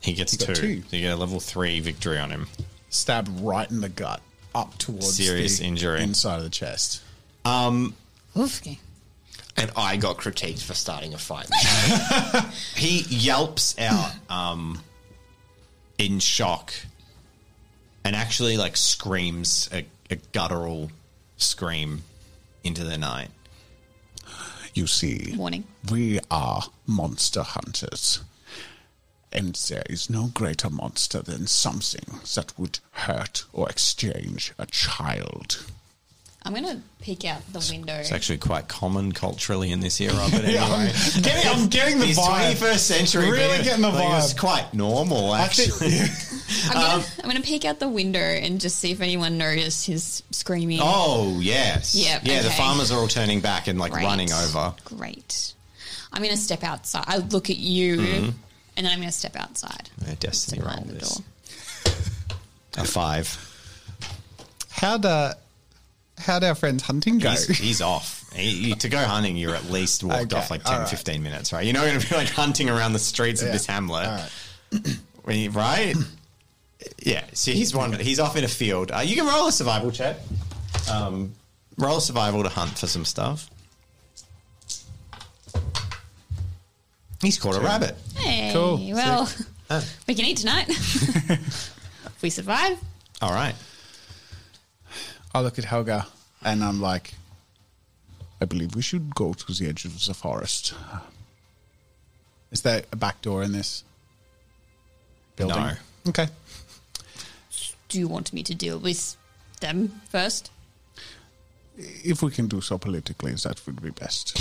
[SPEAKER 3] He gets two.
[SPEAKER 4] got two.
[SPEAKER 3] So you get a level three victory on him.
[SPEAKER 4] Stab right in the gut, up towards
[SPEAKER 3] Serious
[SPEAKER 4] the
[SPEAKER 3] injury.
[SPEAKER 4] inside of the chest.
[SPEAKER 5] Oof. Okay.
[SPEAKER 1] And I got critiqued for starting a fight.
[SPEAKER 3] he yelps out um, in shock and actually like screams a, a guttural scream into the night
[SPEAKER 4] You see,
[SPEAKER 5] Warning.
[SPEAKER 4] we are monster hunters. And there is no greater monster than something that would hurt or exchange a child.
[SPEAKER 5] I'm gonna peek out the window.
[SPEAKER 3] it's actually quite common culturally in this era but anyway
[SPEAKER 4] I'm getting, I'm getting the
[SPEAKER 3] These
[SPEAKER 4] vibe.
[SPEAKER 3] 21st century
[SPEAKER 4] Really
[SPEAKER 3] being-
[SPEAKER 4] getting the
[SPEAKER 3] like, it's
[SPEAKER 4] vibe.
[SPEAKER 3] quite normal actually
[SPEAKER 5] I'm,
[SPEAKER 3] Um,
[SPEAKER 5] gonna, I'm gonna peek out the window and just see if anyone noticed his screaming.
[SPEAKER 3] oh yes
[SPEAKER 5] Yep,
[SPEAKER 3] yeah the
[SPEAKER 5] okay.
[SPEAKER 3] farmers are all turning back and like
[SPEAKER 5] Great.
[SPEAKER 3] running over
[SPEAKER 5] Great. I'm gonna step outside. I look at you, and then I'm gonna step outside.
[SPEAKER 3] Uh, Mm-hmm. destiny
[SPEAKER 5] Step
[SPEAKER 3] roll
[SPEAKER 5] behind the
[SPEAKER 3] this
[SPEAKER 5] door.
[SPEAKER 3] a five
[SPEAKER 6] how'd, uh, how'd our friend's hunting go?
[SPEAKER 3] He's, he's off. He, you- to go hunting, you're at least walked
[SPEAKER 4] Okay,
[SPEAKER 3] off like 10,
[SPEAKER 4] all right.
[SPEAKER 3] 15 minutes, right? You're not going to be like hunting around the streets of
[SPEAKER 4] Yeah,
[SPEAKER 3] this hamlet,
[SPEAKER 4] all right.
[SPEAKER 3] When you- right? yeah. So he's one. He's off in a field. Uh, you can roll a survival check. Um, roll a survival to hunt for some stuff. He's caught a rabbit.
[SPEAKER 5] Hey,
[SPEAKER 4] Cool.
[SPEAKER 5] well,
[SPEAKER 3] Oh.
[SPEAKER 5] we can eat tonight. if we survive,
[SPEAKER 3] All right.
[SPEAKER 4] I look at Helga and I'm like, I believe we should go to the edge of the forest. Is there a back door in this building?
[SPEAKER 3] No.
[SPEAKER 4] Okay.
[SPEAKER 5] do you want me to deal with them first?
[SPEAKER 4] If we can do so politically, that would be best.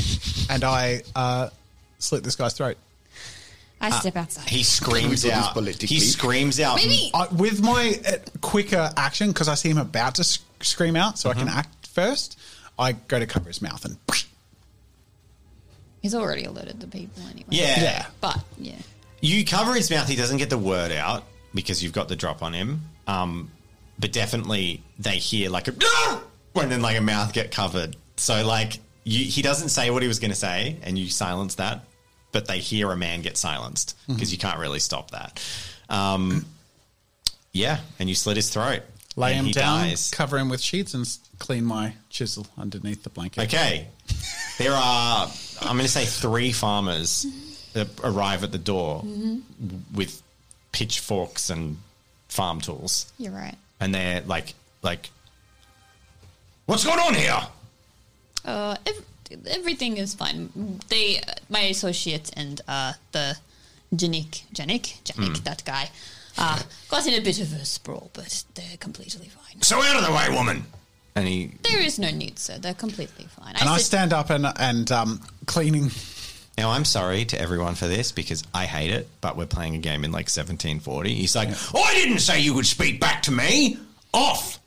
[SPEAKER 4] and I uh, slit this guy's throat.
[SPEAKER 5] I
[SPEAKER 3] Ah.
[SPEAKER 5] step outside.
[SPEAKER 3] He screams
[SPEAKER 1] do this
[SPEAKER 3] out.
[SPEAKER 1] politically?
[SPEAKER 3] He screams out.
[SPEAKER 5] Maybe
[SPEAKER 4] I, with my uh, quicker action, because I see him about to s- scream out so I can act first, I go to cover his mouth and
[SPEAKER 2] He's already alerted the people anyway.
[SPEAKER 3] Yeah.
[SPEAKER 4] Yeah.
[SPEAKER 2] But, yeah.
[SPEAKER 3] You cover his mouth. He doesn't get the word out because you've got the drop on him. Um, but definitely they hear like a no, and then like a mouth get covered. So like you, he doesn't say what he was going to say, and you silence that. But they hear a man get silenced
[SPEAKER 4] Mm-hmm.
[SPEAKER 3] because you can't really stop that. Um, yeah, and you slit his throat.
[SPEAKER 4] lay
[SPEAKER 3] and
[SPEAKER 4] him
[SPEAKER 3] he
[SPEAKER 4] down,
[SPEAKER 3] dies.
[SPEAKER 4] cover him with sheets, and s- clean my chisel underneath the blanket.
[SPEAKER 3] Okay. There are, I'm going to say, three farmers that arrive at the door w- with pitchforks and farm tools.
[SPEAKER 2] You're right.
[SPEAKER 3] And they're like, like, what's going on here?
[SPEAKER 2] Uh, ev- everything is fine. They, uh, my associate and uh, the Janik, Janik,
[SPEAKER 3] Hmm.
[SPEAKER 2] Janik, that guy, uh, got in a bit of a sprawl, but they're completely fine.
[SPEAKER 3] So out of the way, woman. And he,
[SPEAKER 2] There is no need, sir. They're completely fine.
[SPEAKER 4] And I
[SPEAKER 2] said-
[SPEAKER 4] stand up and and um, cleaning.
[SPEAKER 3] now I'm sorry to everyone for this because I hate it, but we're playing a game in like 1740. He's like, I didn't say you could speak back to me. Off.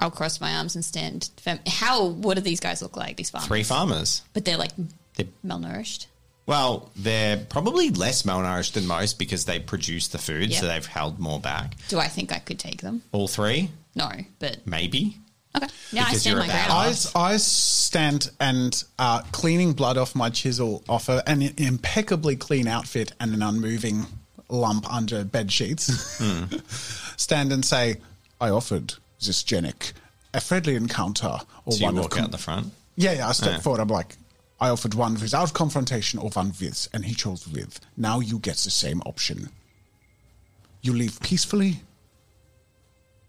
[SPEAKER 2] I'll cross my arms and stand. Fem- How? What do these guys look like? These farmers?
[SPEAKER 3] Three farmers.
[SPEAKER 2] But they're like
[SPEAKER 3] They're
[SPEAKER 2] malnourished.
[SPEAKER 3] Well, they're probably less malnourished than most because they produce the food, so
[SPEAKER 2] Yeah.
[SPEAKER 3] they've held more back.
[SPEAKER 2] Do I think I could take them?
[SPEAKER 3] All three,
[SPEAKER 2] No, but
[SPEAKER 3] maybe.
[SPEAKER 2] okay. Now
[SPEAKER 3] Hmm.
[SPEAKER 2] I
[SPEAKER 3] Because
[SPEAKER 2] stand
[SPEAKER 3] you're
[SPEAKER 2] my
[SPEAKER 3] a
[SPEAKER 2] ground.
[SPEAKER 4] I, s- I stand and uh, cleaning blood off my chisel off a, an impeccably clean outfit and an unmoving lump under bed sheets.
[SPEAKER 3] Hmm.
[SPEAKER 4] stand and say, I offered this Genic a friendly encounter or
[SPEAKER 3] So you
[SPEAKER 4] one of
[SPEAKER 3] walk
[SPEAKER 4] com-
[SPEAKER 3] out the front.
[SPEAKER 4] Yeah, yeah, I step
[SPEAKER 3] Yeah.
[SPEAKER 4] forward. I'm like, I offered one without confrontation or one with, and he chose with. Now you get the same option. You leave peacefully,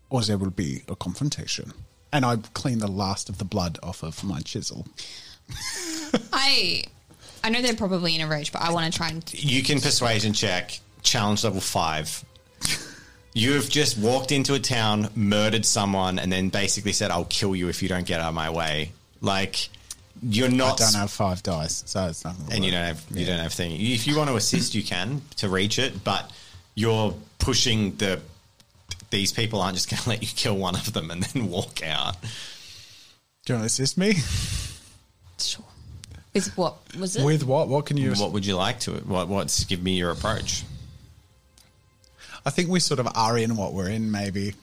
[SPEAKER 4] or there will be a confrontation. And I clean the last of the blood off of my chisel.
[SPEAKER 2] I, I know they're probably in a rage, but I want to try and
[SPEAKER 3] You can persuasion check, challenge level five. You have just walked into a town, murdered someone, and then basically said, I'll kill you if you don't get out of my way. Like, you're
[SPEAKER 4] I
[SPEAKER 3] not.
[SPEAKER 4] don't have five dice, so it's not.
[SPEAKER 3] and you don't have you don't have thing. If you want to assist, you can to reach it, but you're pushing the. These people aren't just going to let you kill one of them and then walk out.
[SPEAKER 4] Do you want to assist me
[SPEAKER 2] sure. With what was it?
[SPEAKER 4] with what? What can you?
[SPEAKER 3] What would you like to? What? What's give me your approach?
[SPEAKER 4] I think we sort of are in what we're in, maybe.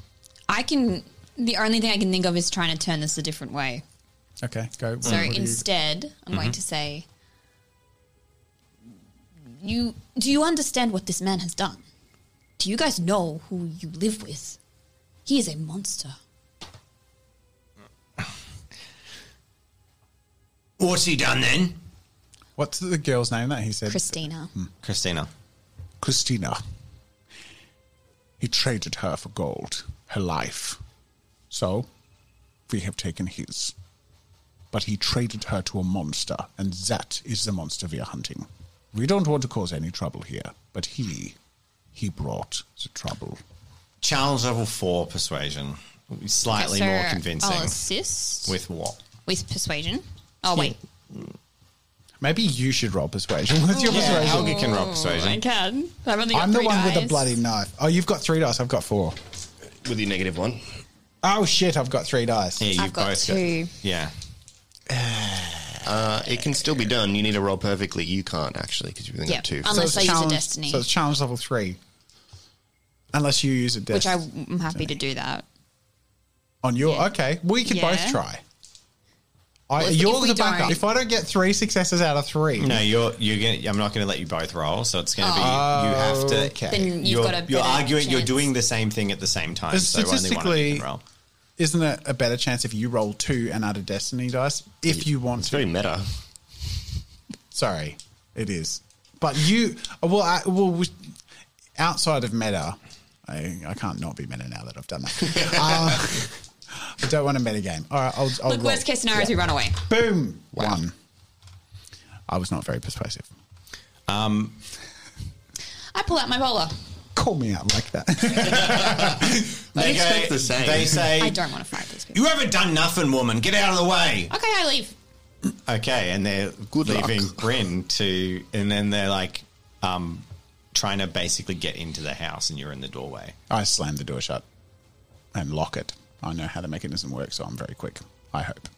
[SPEAKER 2] I can. The only thing I can think of is trying to turn this a different way.
[SPEAKER 4] Okay, go.
[SPEAKER 3] Mm.
[SPEAKER 2] So instead, I'm
[SPEAKER 3] Mm-hmm.
[SPEAKER 2] going to say, "You do you understand what this man has done? Do you guys know who you live with? He is a monster.
[SPEAKER 3] What's he done then,
[SPEAKER 4] what's the girl's name that he said?
[SPEAKER 2] Christina,
[SPEAKER 3] Mm. Christina?
[SPEAKER 4] Christina. He traded her for gold, her life. So, we have taken his. But he traded her to a monster, and that is the monster we are hunting. We don't want to cause any trouble here, but he, he brought the trouble.
[SPEAKER 3] Challenge level four persuasion, slightly
[SPEAKER 2] So
[SPEAKER 3] more convincing.
[SPEAKER 2] I'll assist with,
[SPEAKER 3] With what?
[SPEAKER 2] persuasion. Oh wait,
[SPEAKER 4] Maybe you should roll persuasion. What's your
[SPEAKER 3] Yeah,
[SPEAKER 4] persuasion?
[SPEAKER 3] Helga can roll persuasion
[SPEAKER 2] can. I've only got
[SPEAKER 4] I'm the
[SPEAKER 2] three
[SPEAKER 4] one with the
[SPEAKER 2] dice.
[SPEAKER 4] bloody knife. Oh, you've got three dice. I've got four.
[SPEAKER 1] With your negative one.
[SPEAKER 4] Oh shit! I've got three dice.
[SPEAKER 3] Yeah, you've
[SPEAKER 2] I've got
[SPEAKER 3] both
[SPEAKER 2] two.
[SPEAKER 3] got. Yeah,
[SPEAKER 1] Uh, it can still be done. You need to roll perfectly. You can't actually because you've only
[SPEAKER 2] Yeah.
[SPEAKER 1] got two.
[SPEAKER 2] Unless- I use a
[SPEAKER 4] challenge-
[SPEAKER 2] destiny.
[SPEAKER 4] So it's challenge level three. Unless you use a
[SPEAKER 2] which
[SPEAKER 4] destiny.
[SPEAKER 2] I'm happy to do that.
[SPEAKER 4] on your okay. We could
[SPEAKER 2] Yeah.
[SPEAKER 4] both try. I,
[SPEAKER 2] Well, if-
[SPEAKER 4] you're
[SPEAKER 2] if we
[SPEAKER 4] the backup.
[SPEAKER 2] don't-
[SPEAKER 4] If I don't get three successes out of three,
[SPEAKER 3] no, you're you're gonna. I'm not going to let you both roll, so it's going to be you have
[SPEAKER 1] Oh,
[SPEAKER 3] to.
[SPEAKER 4] Okay.
[SPEAKER 2] Then you've
[SPEAKER 3] you're,
[SPEAKER 2] got a
[SPEAKER 3] you're
[SPEAKER 2] better
[SPEAKER 3] arguing. You're
[SPEAKER 2] chance.
[SPEAKER 3] doing the same thing at the same time.
[SPEAKER 4] But
[SPEAKER 3] So only one of you
[SPEAKER 4] statistically-
[SPEAKER 3] can roll.
[SPEAKER 4] isn't it a better chance if you roll two and out of destiny dice if you want
[SPEAKER 1] it's
[SPEAKER 4] to?
[SPEAKER 1] very meta.
[SPEAKER 4] Sorry, it is. But you well, I, well, we- outside of meta, I, I can't not be meta now that I've done that. uh, I don't want a meta game. All right, I'll. I'll
[SPEAKER 2] Look,
[SPEAKER 4] roll.
[SPEAKER 2] worst case scenario is we run away.
[SPEAKER 4] Boom. One. I was not very persuasive.
[SPEAKER 2] I pull out my bowler.
[SPEAKER 4] Call me out like that.
[SPEAKER 1] They expect the same.
[SPEAKER 3] They say
[SPEAKER 2] I don't want to fight these people.
[SPEAKER 3] You haven't done nothing, woman. Get out of the way.
[SPEAKER 2] Okay, I leave.
[SPEAKER 3] Okay, and they're leaving Bryn to, and then they're like, um, trying to basically get into the house, and you're in the doorway.
[SPEAKER 4] I slam the door shut and lock it. I know how the mechanism works, so I'm very quick. I hope.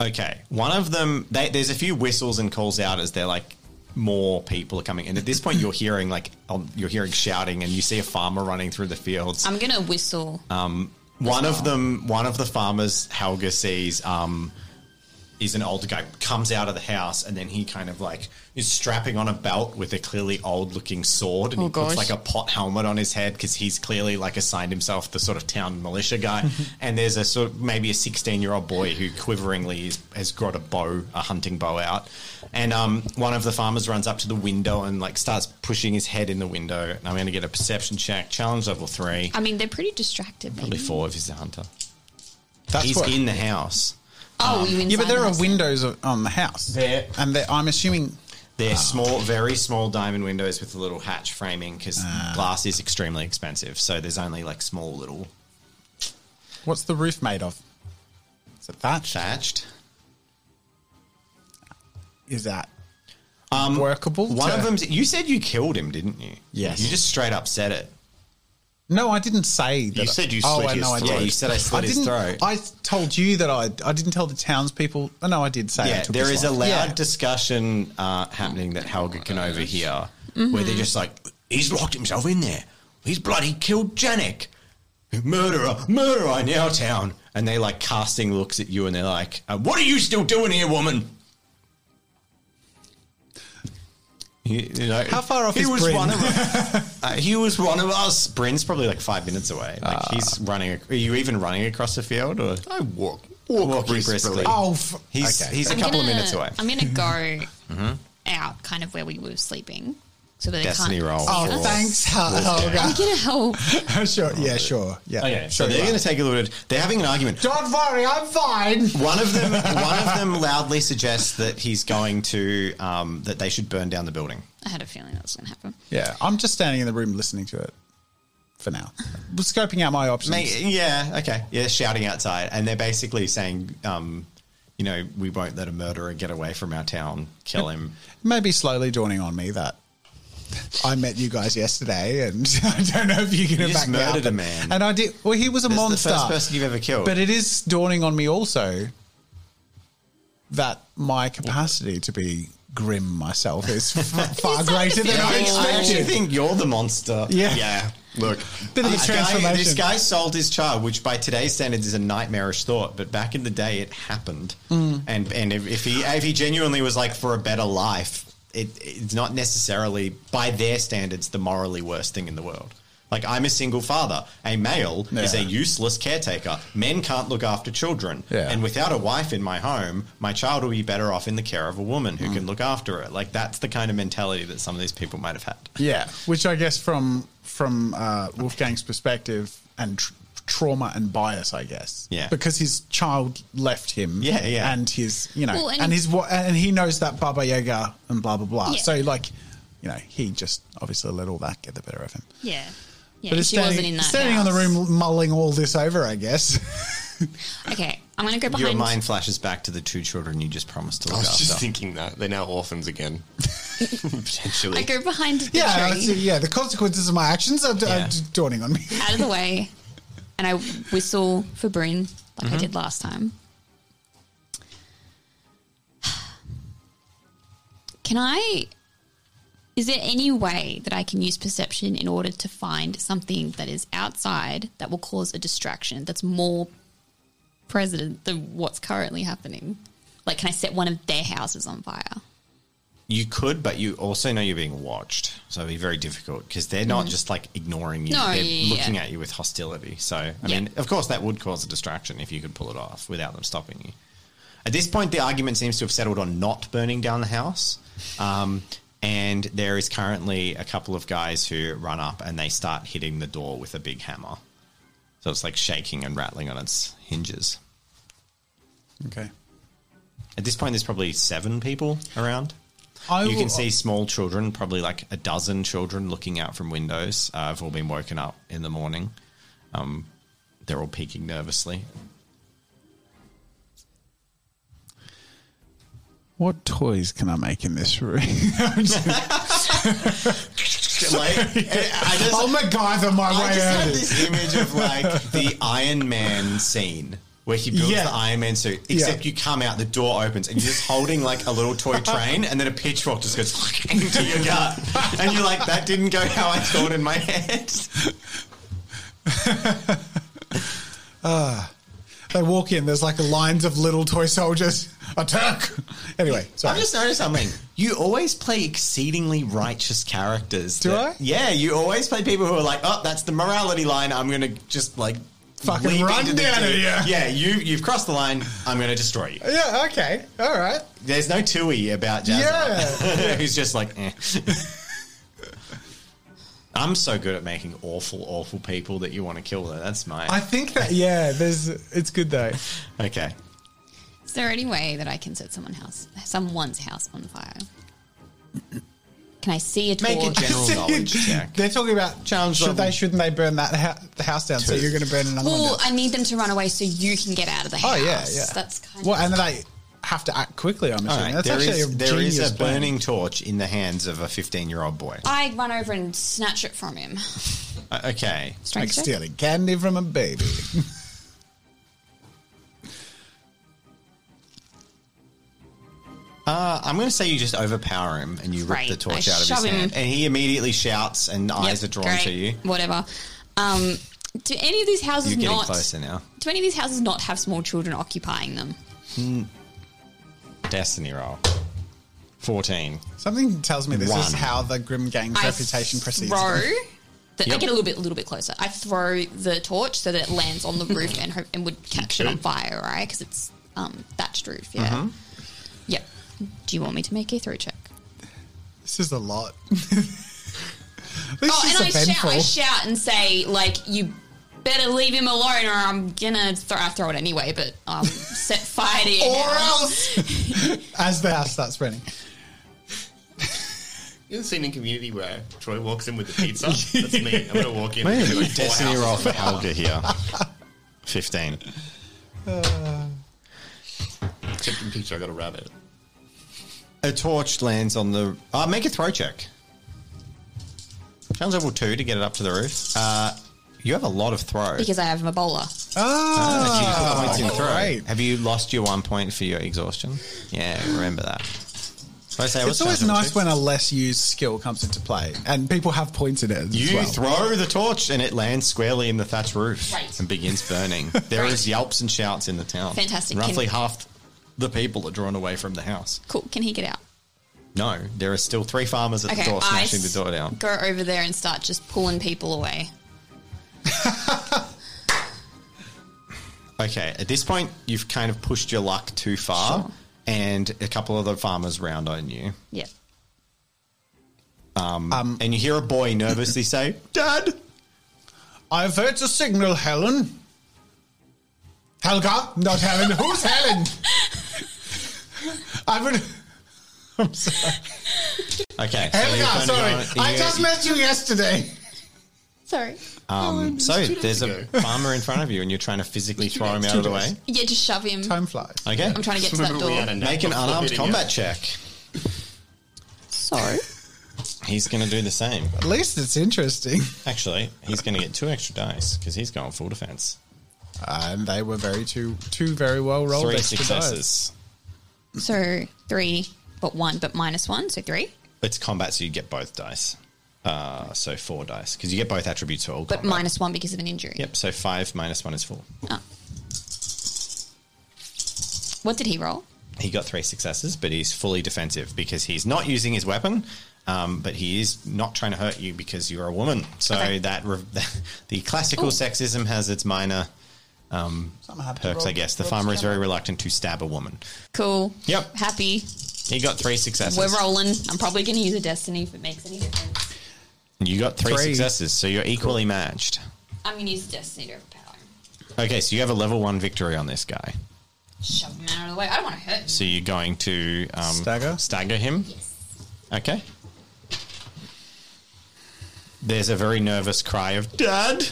[SPEAKER 3] Okay. One of them, they, there's a few whistles and calls out as they're like more people are coming, and at this point you're hearing like um, you're hearing shouting, and you see a farmer running through the fields.
[SPEAKER 2] I'm gonna whistle.
[SPEAKER 3] Ah. one of them, one of the farmers, Helga sees. Um, is an older guy comes out of the house and then he kind of like is strapping on a belt with a clearly old looking sword and
[SPEAKER 2] Oh,
[SPEAKER 3] he puts
[SPEAKER 2] gosh.
[SPEAKER 3] like a pot helmet on his head because he's clearly like assigned himself the sort of town militia guy and there's a sort of maybe a 16 year old boy who quiveringly is, has got a bow a hunting bow out and um, one of the farmers runs up to the window and like starts pushing his head in the window and i'm going to get a perception check challenge level three
[SPEAKER 2] I mean, they're pretty distracted.
[SPEAKER 3] probably
[SPEAKER 2] Maybe.
[SPEAKER 3] four if he's a hunter
[SPEAKER 4] That's
[SPEAKER 3] he's
[SPEAKER 4] what-
[SPEAKER 3] in the house
[SPEAKER 2] Oh, you
[SPEAKER 4] Yeah, but there are
[SPEAKER 2] inside the house.
[SPEAKER 4] windows o- on the house,
[SPEAKER 3] There.
[SPEAKER 4] and they- I'm assuming
[SPEAKER 3] They're
[SPEAKER 4] Ah,
[SPEAKER 3] small, very small diamond windows with a little hatch framing because
[SPEAKER 4] Ah.
[SPEAKER 3] glass is extremely expensive. So there's only like small little
[SPEAKER 4] what's the roof made of? Is it thatch?
[SPEAKER 3] thatched.
[SPEAKER 4] Is that workable?
[SPEAKER 3] Um, One
[SPEAKER 4] to-
[SPEAKER 3] of them's you said you killed him, didn't you?
[SPEAKER 4] Yes.
[SPEAKER 3] You just straight up said it.
[SPEAKER 4] No, I didn't say that.
[SPEAKER 1] You said you
[SPEAKER 4] Oh,
[SPEAKER 1] slit
[SPEAKER 4] I
[SPEAKER 1] his
[SPEAKER 4] know I
[SPEAKER 1] throat.
[SPEAKER 4] did.
[SPEAKER 3] Yeah, you said I slit
[SPEAKER 4] I
[SPEAKER 3] his
[SPEAKER 4] didn't,
[SPEAKER 3] throat.
[SPEAKER 4] I told you that I. I didn't tell the townspeople. Oh, no, I did say. I
[SPEAKER 3] yeah,
[SPEAKER 4] took
[SPEAKER 3] there is
[SPEAKER 4] his
[SPEAKER 3] a
[SPEAKER 4] life.
[SPEAKER 3] loud
[SPEAKER 4] Yeah. Oh
[SPEAKER 3] discussion uh, happening that Helga can overhear, where
[SPEAKER 4] Mm-hmm.
[SPEAKER 3] they're just like, "He's locked himself in there. He's bloody killed Janek, murderer, murderer in our town." And they like casting looks at you, and they're like, uh, "What are you still doing here, woman?" You, you know,
[SPEAKER 4] How far off
[SPEAKER 3] he
[SPEAKER 4] is
[SPEAKER 3] was
[SPEAKER 4] Bryn?
[SPEAKER 3] one of us. uh, he was one of us. Bryn's probably like five minutes away. Like
[SPEAKER 4] Ah.
[SPEAKER 3] he's running. ac- Are you even running across the field or?
[SPEAKER 1] I walk, walk
[SPEAKER 3] Walking briskly.
[SPEAKER 4] Oh, f-
[SPEAKER 3] He's
[SPEAKER 4] okay.
[SPEAKER 3] he's a
[SPEAKER 2] I'm
[SPEAKER 3] couple
[SPEAKER 2] gonna,
[SPEAKER 3] of minutes away. Mm-hmm.
[SPEAKER 2] I'm gonna go out, kind of where we were sleeping, so that
[SPEAKER 3] Destiny
[SPEAKER 2] they can't.
[SPEAKER 3] roll. Oh,
[SPEAKER 2] see
[SPEAKER 3] for-
[SPEAKER 4] Oh,
[SPEAKER 2] us.
[SPEAKER 4] thanks, Hel- Helga.
[SPEAKER 2] I'm gonna help.
[SPEAKER 4] sure. Yeah, sure. Yeah.
[SPEAKER 3] Okay, so
[SPEAKER 4] Sure
[SPEAKER 3] they're
[SPEAKER 4] you
[SPEAKER 3] going
[SPEAKER 4] are.
[SPEAKER 3] to take a little. They're having an argument.
[SPEAKER 4] Oh. Don't worry, I'm fine.
[SPEAKER 3] One of them, one of them, loudly suggests that he's going to um, that they should burn down the building.
[SPEAKER 2] I had a feeling that was gonna happen.
[SPEAKER 4] Yeah, I'm just standing in the room listening to it for now. We're scoping out my options.
[SPEAKER 3] Mate, yeah, okay, yeah, shouting outside, and they're basically saying, um, you know, we won't let a murderer get away from our town. Kill him.
[SPEAKER 4] Maybe slowly dawning on me that I met you guys yesterday, and I don't know if you can
[SPEAKER 3] You
[SPEAKER 4] have
[SPEAKER 3] just
[SPEAKER 4] back me up.
[SPEAKER 3] murdered a man.
[SPEAKER 4] And I did. Well, he was a
[SPEAKER 3] This is
[SPEAKER 4] monster.
[SPEAKER 3] the first person you've ever killed.
[SPEAKER 4] But it is dawning on me also that my capacity to be grim myself is f- far greater than I
[SPEAKER 3] Yeah, I actually
[SPEAKER 4] expected.
[SPEAKER 3] think you're the monster.
[SPEAKER 4] Yeah.
[SPEAKER 1] Yeah, look,
[SPEAKER 4] Bit of a
[SPEAKER 3] This Guy,
[SPEAKER 4] transformation.
[SPEAKER 3] this guy sold his child, which by today's standards is a nightmarish thought, but back in the day it happened.
[SPEAKER 4] Mm.
[SPEAKER 3] And and if, if he if he genuinely was like for a better life, it, it's not necessarily by their standards the morally worst thing in the world. Like I'm a single father. A male is a
[SPEAKER 4] Yeah.
[SPEAKER 3] useless caretaker. Men can't look after children.
[SPEAKER 4] Yeah.
[SPEAKER 3] And without a wife in my home, my child will be better off in the care of a woman
[SPEAKER 4] Mm.
[SPEAKER 3] who can look after it. Like that's the kind of mentality that some of these people might have had.
[SPEAKER 4] Yeah, which I guess from from uh, Wolfgang's perspective and tr- trauma and bias, I guess.
[SPEAKER 3] Yeah.
[SPEAKER 4] because his child left him.
[SPEAKER 3] Yeah, yeah.
[SPEAKER 4] and his you know
[SPEAKER 2] Well,
[SPEAKER 4] and,
[SPEAKER 2] and-
[SPEAKER 4] his wa- and he knows that Baba Yaga and blah blah blah.
[SPEAKER 2] Yeah.
[SPEAKER 4] So like, you know, he just obviously let all that get the better of him.
[SPEAKER 2] Yeah, yeah.
[SPEAKER 4] it's
[SPEAKER 2] she
[SPEAKER 4] standing,
[SPEAKER 2] wasn't in that.
[SPEAKER 4] standing on the
[SPEAKER 2] house.
[SPEAKER 4] room mulling all this over, I guess.
[SPEAKER 2] Okay, I'm gonna go
[SPEAKER 3] Your
[SPEAKER 2] behind.
[SPEAKER 3] mind flashes back to the two children you just promised to
[SPEAKER 1] I
[SPEAKER 3] look
[SPEAKER 1] was
[SPEAKER 3] after.
[SPEAKER 1] just thinking that they're now orphans again, potentially.
[SPEAKER 2] I go behind the
[SPEAKER 4] yeah,
[SPEAKER 2] tree,
[SPEAKER 4] that's- yeah. The consequences of my actions are, d
[SPEAKER 3] Yeah.
[SPEAKER 4] are dawning on me.
[SPEAKER 2] out of the way, and I whistle for Bryn like I did last time. Can I? Is there any way that I can use perception in order to find something that is outside that will cause a distraction that's more present than what's currently happening? Like, can I set one of their houses on fire?
[SPEAKER 3] You could, but you also know you're being watched, so it'd be very difficult because they're not just like ignoring you;
[SPEAKER 2] Mm-hmm. No,
[SPEAKER 3] they're
[SPEAKER 2] yeah,
[SPEAKER 3] looking
[SPEAKER 2] yeah.
[SPEAKER 3] at you with hostility. So, I
[SPEAKER 2] Yeah.
[SPEAKER 3] mean, of course, that would cause a distraction if you could pull it off without them stopping you. At this point, the argument seems to have settled on not burning down the house, um, and there is currently a couple of guys who run up and they start hitting the door with a big hammer. So it's like shaking and rattling on its hinges.
[SPEAKER 4] Okay,
[SPEAKER 3] At this point, there's probably seven people around.
[SPEAKER 4] I
[SPEAKER 3] you
[SPEAKER 4] will-
[SPEAKER 3] can see small children, probably like a dozen children, looking out from windows. Uh, have all been woken up in the morning. Um, they're all peeking nervously.
[SPEAKER 4] What toys can I make in this room?
[SPEAKER 1] like, I just,
[SPEAKER 4] I'll MacGyver Oh my
[SPEAKER 1] I
[SPEAKER 4] way
[SPEAKER 1] just
[SPEAKER 4] out
[SPEAKER 1] had
[SPEAKER 4] of this.
[SPEAKER 1] this image of like
[SPEAKER 3] the Iron Man scene where he builds
[SPEAKER 4] Yeah.
[SPEAKER 3] the Iron Man suit, except you come out, the door opens, and you're just holding like a little toy train, and then a pitchfork just goes into your gut. And you're like, that didn't go how I thought in my head.
[SPEAKER 4] They walk in, there's like lines of little toy soldiers. Attack! Anyway,
[SPEAKER 3] I've
[SPEAKER 4] sorry.
[SPEAKER 3] just noticed something. You always play exceedingly righteous characters.
[SPEAKER 4] Do
[SPEAKER 3] that-
[SPEAKER 4] I?
[SPEAKER 3] Yeah, you always play people who are like, oh, that's the morality line. I'm going to just like
[SPEAKER 4] Fucking
[SPEAKER 3] leap
[SPEAKER 4] run
[SPEAKER 3] into the
[SPEAKER 4] down
[SPEAKER 3] deep."
[SPEAKER 4] it, yeah.
[SPEAKER 3] Yeah, you, you've crossed the line. I'm going to destroy you.
[SPEAKER 4] Yeah, okay. All right.
[SPEAKER 3] There's no Tui about Jazza.
[SPEAKER 4] Yeah.
[SPEAKER 3] Who's just like, eh. I'm so good at making awful, awful people that you want to kill them. That's my.
[SPEAKER 4] I think that, yeah, there's. it's good though.
[SPEAKER 3] okay.
[SPEAKER 2] Is there any way that I can set someone house, someone's house on fire? Can I see a
[SPEAKER 3] Make a
[SPEAKER 2] torch?
[SPEAKER 3] general knowledge check.
[SPEAKER 4] They're talking about
[SPEAKER 3] Challenge
[SPEAKER 4] should
[SPEAKER 3] level.
[SPEAKER 4] they, shouldn't they burn that hou- the house down? So
[SPEAKER 3] Two.
[SPEAKER 4] you're going to burn another one
[SPEAKER 2] Well,
[SPEAKER 4] down.
[SPEAKER 2] I need them to run away so you can get out of the
[SPEAKER 4] Oh,
[SPEAKER 2] house.
[SPEAKER 4] yeah, yeah.
[SPEAKER 2] That's kind
[SPEAKER 4] well,
[SPEAKER 2] of.
[SPEAKER 4] and then I have to act quickly, I'm
[SPEAKER 3] All
[SPEAKER 4] assuming.
[SPEAKER 3] right.
[SPEAKER 4] That's
[SPEAKER 3] There
[SPEAKER 4] actually
[SPEAKER 3] is,
[SPEAKER 4] a
[SPEAKER 3] there is
[SPEAKER 4] genius
[SPEAKER 3] a burning torch in the hands of a 15 year old boy.
[SPEAKER 2] I run over and snatch it from him.
[SPEAKER 3] Uh, okay.
[SPEAKER 2] Strength check?
[SPEAKER 4] Stealing candy from a baby.
[SPEAKER 3] Uh, I'm going to say you just overpower him and you rip
[SPEAKER 2] Right.
[SPEAKER 3] the torch
[SPEAKER 2] I
[SPEAKER 3] out of his
[SPEAKER 2] shove him.
[SPEAKER 3] hand. And he immediately shouts and eyes are
[SPEAKER 2] Yep,
[SPEAKER 3] drawn
[SPEAKER 2] great.
[SPEAKER 3] to you.
[SPEAKER 2] Whatever. Um, do any of these houses
[SPEAKER 3] You're getting
[SPEAKER 2] not?
[SPEAKER 3] closer now.
[SPEAKER 2] Do any of these houses not have small children occupying them?
[SPEAKER 3] Destiny roll. 14.
[SPEAKER 4] Something tells me this
[SPEAKER 3] One.
[SPEAKER 4] is how the Grim Gang's reputation
[SPEAKER 2] I
[SPEAKER 4] proceeds.
[SPEAKER 2] throw. The, I
[SPEAKER 3] Yep.
[SPEAKER 2] get a little bit, a little bit closer. I throw the torch so that it lands on the roof and hope, and would catch it on fire, right? Because it's um, thatched roof. Yeah.
[SPEAKER 3] Mm-hmm.
[SPEAKER 2] Yep. Do you want me to make a throw check?
[SPEAKER 4] This is a lot. this is
[SPEAKER 2] oh, and I shout,
[SPEAKER 4] eventful.
[SPEAKER 2] I shout and say, like, you better leave him alone, or I'm gonna throw. I throw it anyway, but um, set fire to your
[SPEAKER 4] or
[SPEAKER 2] house.
[SPEAKER 4] else, as the house starts burning.
[SPEAKER 1] You've seen in Community where Troy walks in with the pizza. That's me. I'm gonna walk in. and do, like, four
[SPEAKER 3] Destiny
[SPEAKER 1] houses.
[SPEAKER 3] roll for Helga here. 15.
[SPEAKER 1] Chipped in pizza. I got a rabbit.
[SPEAKER 3] A torch lands on the. Uh, make a throw check. Challenge level two to get it up to the roof. Uh, you have a lot of throw.
[SPEAKER 2] because I have a bowler.
[SPEAKER 3] Ah, you put points in throw.
[SPEAKER 4] great.
[SPEAKER 3] Have you lost your one point for your exhaustion? Yeah, remember that. Did I say it was
[SPEAKER 4] It's always
[SPEAKER 3] challenge level
[SPEAKER 4] nice
[SPEAKER 3] two?
[SPEAKER 4] when a less used skill comes into play, and people have points in it. as
[SPEAKER 3] You
[SPEAKER 4] well.
[SPEAKER 3] throw the torch and it lands squarely in the thatch roof
[SPEAKER 2] Right.
[SPEAKER 3] and begins burning. There
[SPEAKER 2] Right.
[SPEAKER 3] is yelps and shouts in the town.
[SPEAKER 2] Fantastic.
[SPEAKER 3] Roughly
[SPEAKER 2] Can-
[SPEAKER 3] half the people are drawn away from the house.
[SPEAKER 2] Cool. Can he get out?
[SPEAKER 3] No, there are still three farmers at
[SPEAKER 2] Okay,
[SPEAKER 3] the door
[SPEAKER 2] I
[SPEAKER 3] smashing the door down.
[SPEAKER 2] Go over there and start just pulling people away.
[SPEAKER 3] Okay, at this point, you've kind of pushed your luck too far,
[SPEAKER 2] Sure.
[SPEAKER 3] and a couple of the farmers round on you.
[SPEAKER 2] Yep.
[SPEAKER 3] And you hear a boy nervously say, Dad!
[SPEAKER 4] I've heard a signal, Helen. Helga, not Helen. Who's Helen? I would.
[SPEAKER 3] Okay. so you're
[SPEAKER 4] Helga,
[SPEAKER 3] gonna
[SPEAKER 4] sorry.
[SPEAKER 3] go-
[SPEAKER 4] I
[SPEAKER 3] you-
[SPEAKER 4] just met you yesterday.
[SPEAKER 2] Sorry.
[SPEAKER 3] um, So there's a
[SPEAKER 1] ago.
[SPEAKER 3] farmer in front of you, and you're trying to physically throw him out
[SPEAKER 4] Two
[SPEAKER 3] of the
[SPEAKER 4] days.
[SPEAKER 3] way.
[SPEAKER 2] Yeah, just shove him.
[SPEAKER 4] Time flies.
[SPEAKER 3] Okay.
[SPEAKER 2] I'm trying to get to that
[SPEAKER 1] Remember we had a
[SPEAKER 2] door.
[SPEAKER 1] nap
[SPEAKER 3] Make an
[SPEAKER 1] before
[SPEAKER 3] unarmed
[SPEAKER 1] hitting
[SPEAKER 3] combat
[SPEAKER 1] it.
[SPEAKER 3] check.
[SPEAKER 2] So,
[SPEAKER 3] He's going to do the same.
[SPEAKER 4] At least it's interesting.
[SPEAKER 3] Actually, he's going to get two extra dice because he's going full defense.
[SPEAKER 4] And they were very two, two very well rolled
[SPEAKER 3] Three
[SPEAKER 4] extra dice.
[SPEAKER 3] successes.
[SPEAKER 2] so three, but one, but minus one, so three.
[SPEAKER 3] It's combat, so you get both dice. Uh, so four dice because you get both attributes to all
[SPEAKER 2] But
[SPEAKER 3] combat.
[SPEAKER 2] minus one because of an injury.
[SPEAKER 3] Yep. So five minus one is four.
[SPEAKER 2] Oh. What did he roll?
[SPEAKER 3] He got three successes, but he's fully defensive because he's not using his weapon. Um, but he is not trying to hurt you because you're a woman. So
[SPEAKER 2] Okay.
[SPEAKER 3] that re- the classical
[SPEAKER 2] Ooh.
[SPEAKER 3] sexism has its minor um,
[SPEAKER 4] Something happened to
[SPEAKER 3] perks, I
[SPEAKER 4] Rob-
[SPEAKER 3] guess. The
[SPEAKER 4] Rob's
[SPEAKER 3] farmer is
[SPEAKER 4] camera.
[SPEAKER 3] very reluctant to stab a woman.
[SPEAKER 2] Cool.
[SPEAKER 3] Yep.
[SPEAKER 2] Happy.
[SPEAKER 3] He got three successes.
[SPEAKER 2] We're rolling. I'm probably going to use a destiny if it makes any difference.
[SPEAKER 3] You got three,
[SPEAKER 4] Three.
[SPEAKER 3] successes, so you're equally matched.
[SPEAKER 2] I'm going to use destiny to overpower him.
[SPEAKER 3] Okay, so you have a level one victory on this guy.
[SPEAKER 2] Shove him out of the way. I don't want to hurt him.
[SPEAKER 3] So you're going to um,
[SPEAKER 4] Stagger?
[SPEAKER 3] stagger him.
[SPEAKER 2] Yes.
[SPEAKER 3] Okay. There's a very nervous cry of "Dad,"